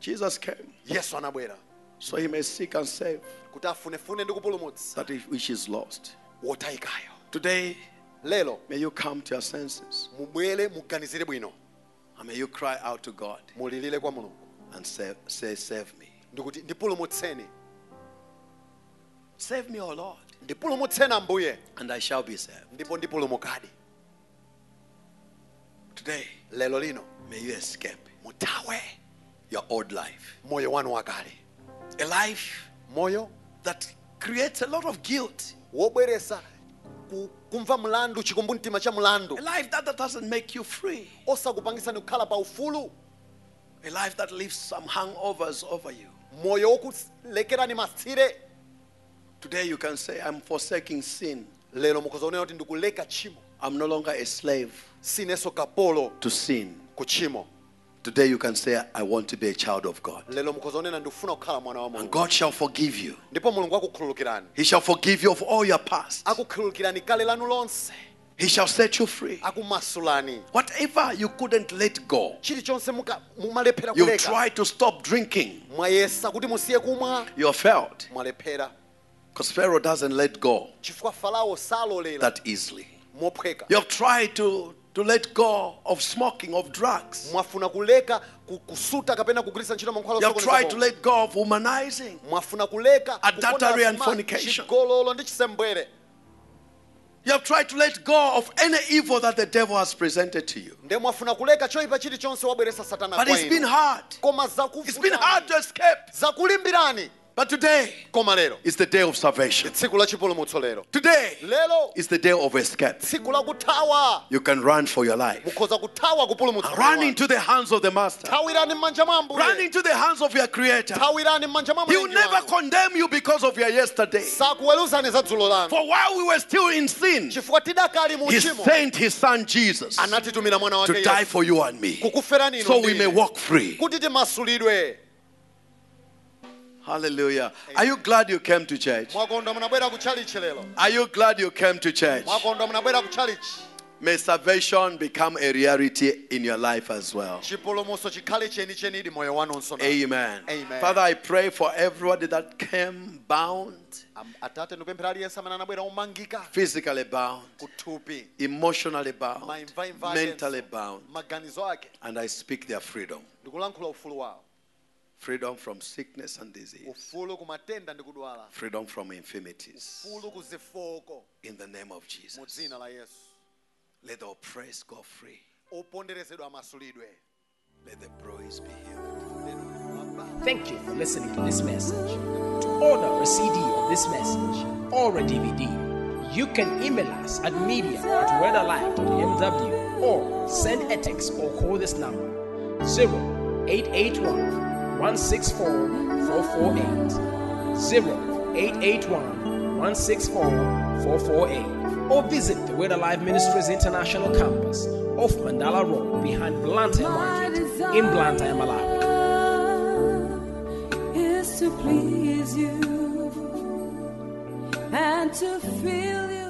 Speaker 2: Jesus came
Speaker 3: yesu anabwera
Speaker 2: so he may seek and save
Speaker 3: kuti afunefune ndi kupulumutsa
Speaker 2: that which is lost.
Speaker 3: wotayikayo
Speaker 2: Today,
Speaker 3: lelo
Speaker 2: may you come to your senses
Speaker 3: mubwere muganizire bwino
Speaker 2: and may you cry out to God
Speaker 3: mulilire kwa mulungu
Speaker 2: and say, say Save me.
Speaker 3: ndikuti ndipulumutseni
Speaker 2: Save me, O Lord,
Speaker 3: ndipulumutseni ambuye
Speaker 2: and I shall be saved.
Speaker 3: ndipo ndipulumukadi
Speaker 2: Today,
Speaker 3: lelo lino
Speaker 2: may you escape
Speaker 3: mutawe
Speaker 2: your old life,
Speaker 3: moyo wanu wakale
Speaker 2: a life
Speaker 3: moyo
Speaker 2: that creates a lot of guilt,
Speaker 3: wobweresa ku- kumva mlandu chikumbumtima cha
Speaker 2: a
Speaker 3: mlandu
Speaker 2: life that, that doesn't make you free,
Speaker 3: osakupangisani kukhala pa ufulu
Speaker 2: a life that leaves some hangovers over you.
Speaker 3: moyo wokulekerani masire
Speaker 2: Today, you can say, I'm forsaking sin.
Speaker 3: lero mukuzaonera kuti ndikuleka tchimo
Speaker 2: I'm no longer a slave
Speaker 3: sineso kapolo
Speaker 2: to sin.
Speaker 3: ku tchimo
Speaker 2: Today, you can say, I want to be a child of God.
Speaker 3: lero mukuzaonera ndikufuna kukhala mwana wa
Speaker 2: And
Speaker 3: mulungu
Speaker 2: God shall forgive you.
Speaker 3: ndipo mulungu akukhululukirani
Speaker 2: He shall forgive you of all your past.
Speaker 3: akukhululukirani kale lanu lonse
Speaker 2: He shall set you free.
Speaker 3: akumasulani
Speaker 2: Whatever you couldn't let go,
Speaker 3: chilichonse muka- mumalephera
Speaker 2: you
Speaker 3: kuleka
Speaker 2: tried to stop drinking,
Speaker 3: mwayesa kuti musiye kumwa
Speaker 2: you have failed.
Speaker 3: mwalephera
Speaker 2: Because Pharaoh doesn't let go
Speaker 3: chifukwa farao salolera
Speaker 2: that easily.
Speaker 3: mophweka
Speaker 2: You have tried to, to let go of smoking, of drugs.
Speaker 3: mwafuna kuleka ku- kusuta kapena kugwiritsa ntchito mankhwalo
Speaker 2: You have
Speaker 3: osokoneza
Speaker 2: tried to
Speaker 3: bongo.
Speaker 2: let go of womanizing.
Speaker 3: mwafuna kuleka
Speaker 2: Adultery
Speaker 3: kuponda
Speaker 2: and
Speaker 3: sma-
Speaker 2: fornication.
Speaker 3: chigololo ndi chisembwere
Speaker 2: You have tried to let go of any evil that the devil has presented to you.
Speaker 3: nde mwafuna kuleka choyipa chilichonse wabweresa satana
Speaker 2: But
Speaker 3: kwa
Speaker 2: it's been
Speaker 3: inu
Speaker 2: hard.
Speaker 3: koma
Speaker 2: It's been hard to
Speaker 3: zakuvuta
Speaker 2: escape.
Speaker 3: zakulimbirani
Speaker 2: But today
Speaker 3: koma lero
Speaker 2: is the day of salvation.
Speaker 3: tsiku la chipulumutso lero
Speaker 2: Today
Speaker 3: lero
Speaker 2: is the day of escape.
Speaker 3: tsiku la kuthawa
Speaker 2: You can run for your life.
Speaker 3: mukhoza kuthawa kupulumutsa
Speaker 2: Run into the hands of the Master.
Speaker 3: thawirani m'manja mwa
Speaker 2: Run
Speaker 3: ambuye
Speaker 2: into the hands of your Creator.
Speaker 3: thawirani m'manja mwa
Speaker 2: He will
Speaker 3: Mulungu
Speaker 2: never
Speaker 3: wanu.
Speaker 2: condemn you because of your yesterday.
Speaker 3: sakuweruzani za dzulo lanu
Speaker 2: For while we were still in sin,
Speaker 3: chifukwa tidakali mu
Speaker 2: He
Speaker 3: uchimo
Speaker 2: sent His Son Jesus to
Speaker 3: anatitumira mwana wake
Speaker 2: die
Speaker 3: Yesu
Speaker 2: for you and me
Speaker 3: kukuferani inu
Speaker 2: so
Speaker 3: ndi
Speaker 2: we may
Speaker 3: ine,
Speaker 2: walk free.
Speaker 3: kuti timasulidwe
Speaker 2: Hallelujah. Are you glad you came to church?
Speaker 3: mwakondwa munabwera ku chalichi lero
Speaker 2: Are you glad you came to church?
Speaker 3: mwakondwa munabwera ku chalichi
Speaker 2: May salvation become a reality in your life as well.
Speaker 3: chipulumuso chikhale chenichenidi moyo wanunso nawo.
Speaker 2: Amen.
Speaker 3: Amen.
Speaker 2: Father, I pray for everybody that came bound,
Speaker 3: Am- atate ndikupemphera aliyense amene anabwera omangika
Speaker 2: physically bound,
Speaker 3: kuthupi
Speaker 2: emotionally bound,
Speaker 3: maimva imva
Speaker 2: mentally
Speaker 3: atenso,
Speaker 2: bound,
Speaker 3: maganizo ake
Speaker 2: and I speak their freedom.
Speaker 3: ndikulankhula ufulu wawo
Speaker 2: Freedom from sickness and disease,
Speaker 3: ufulu ku matenda ndi kudwala
Speaker 2: freedom from infirmities.
Speaker 3: ufulu ku zifoko
Speaker 2: In the name of
Speaker 3: mu
Speaker 2: Jesus,
Speaker 3: dzina la yesu
Speaker 2: let the oppressed go free,
Speaker 3: oponderezedwa amasulidwe
Speaker 2: let the bruised be healed.
Speaker 3: Lero, mabasa.
Speaker 1: Thank you for listening to this message. To order a CD of this message or a DVD, you can email us at media at redalive.mw or send a text or call this number 0881 164 448 0881 164 448 or visit the Word Alive Ministries International Campus off Mandala Road behind Blantyre Market in Blantyre, Malawi.
Speaker 4: is to please you and to feel you.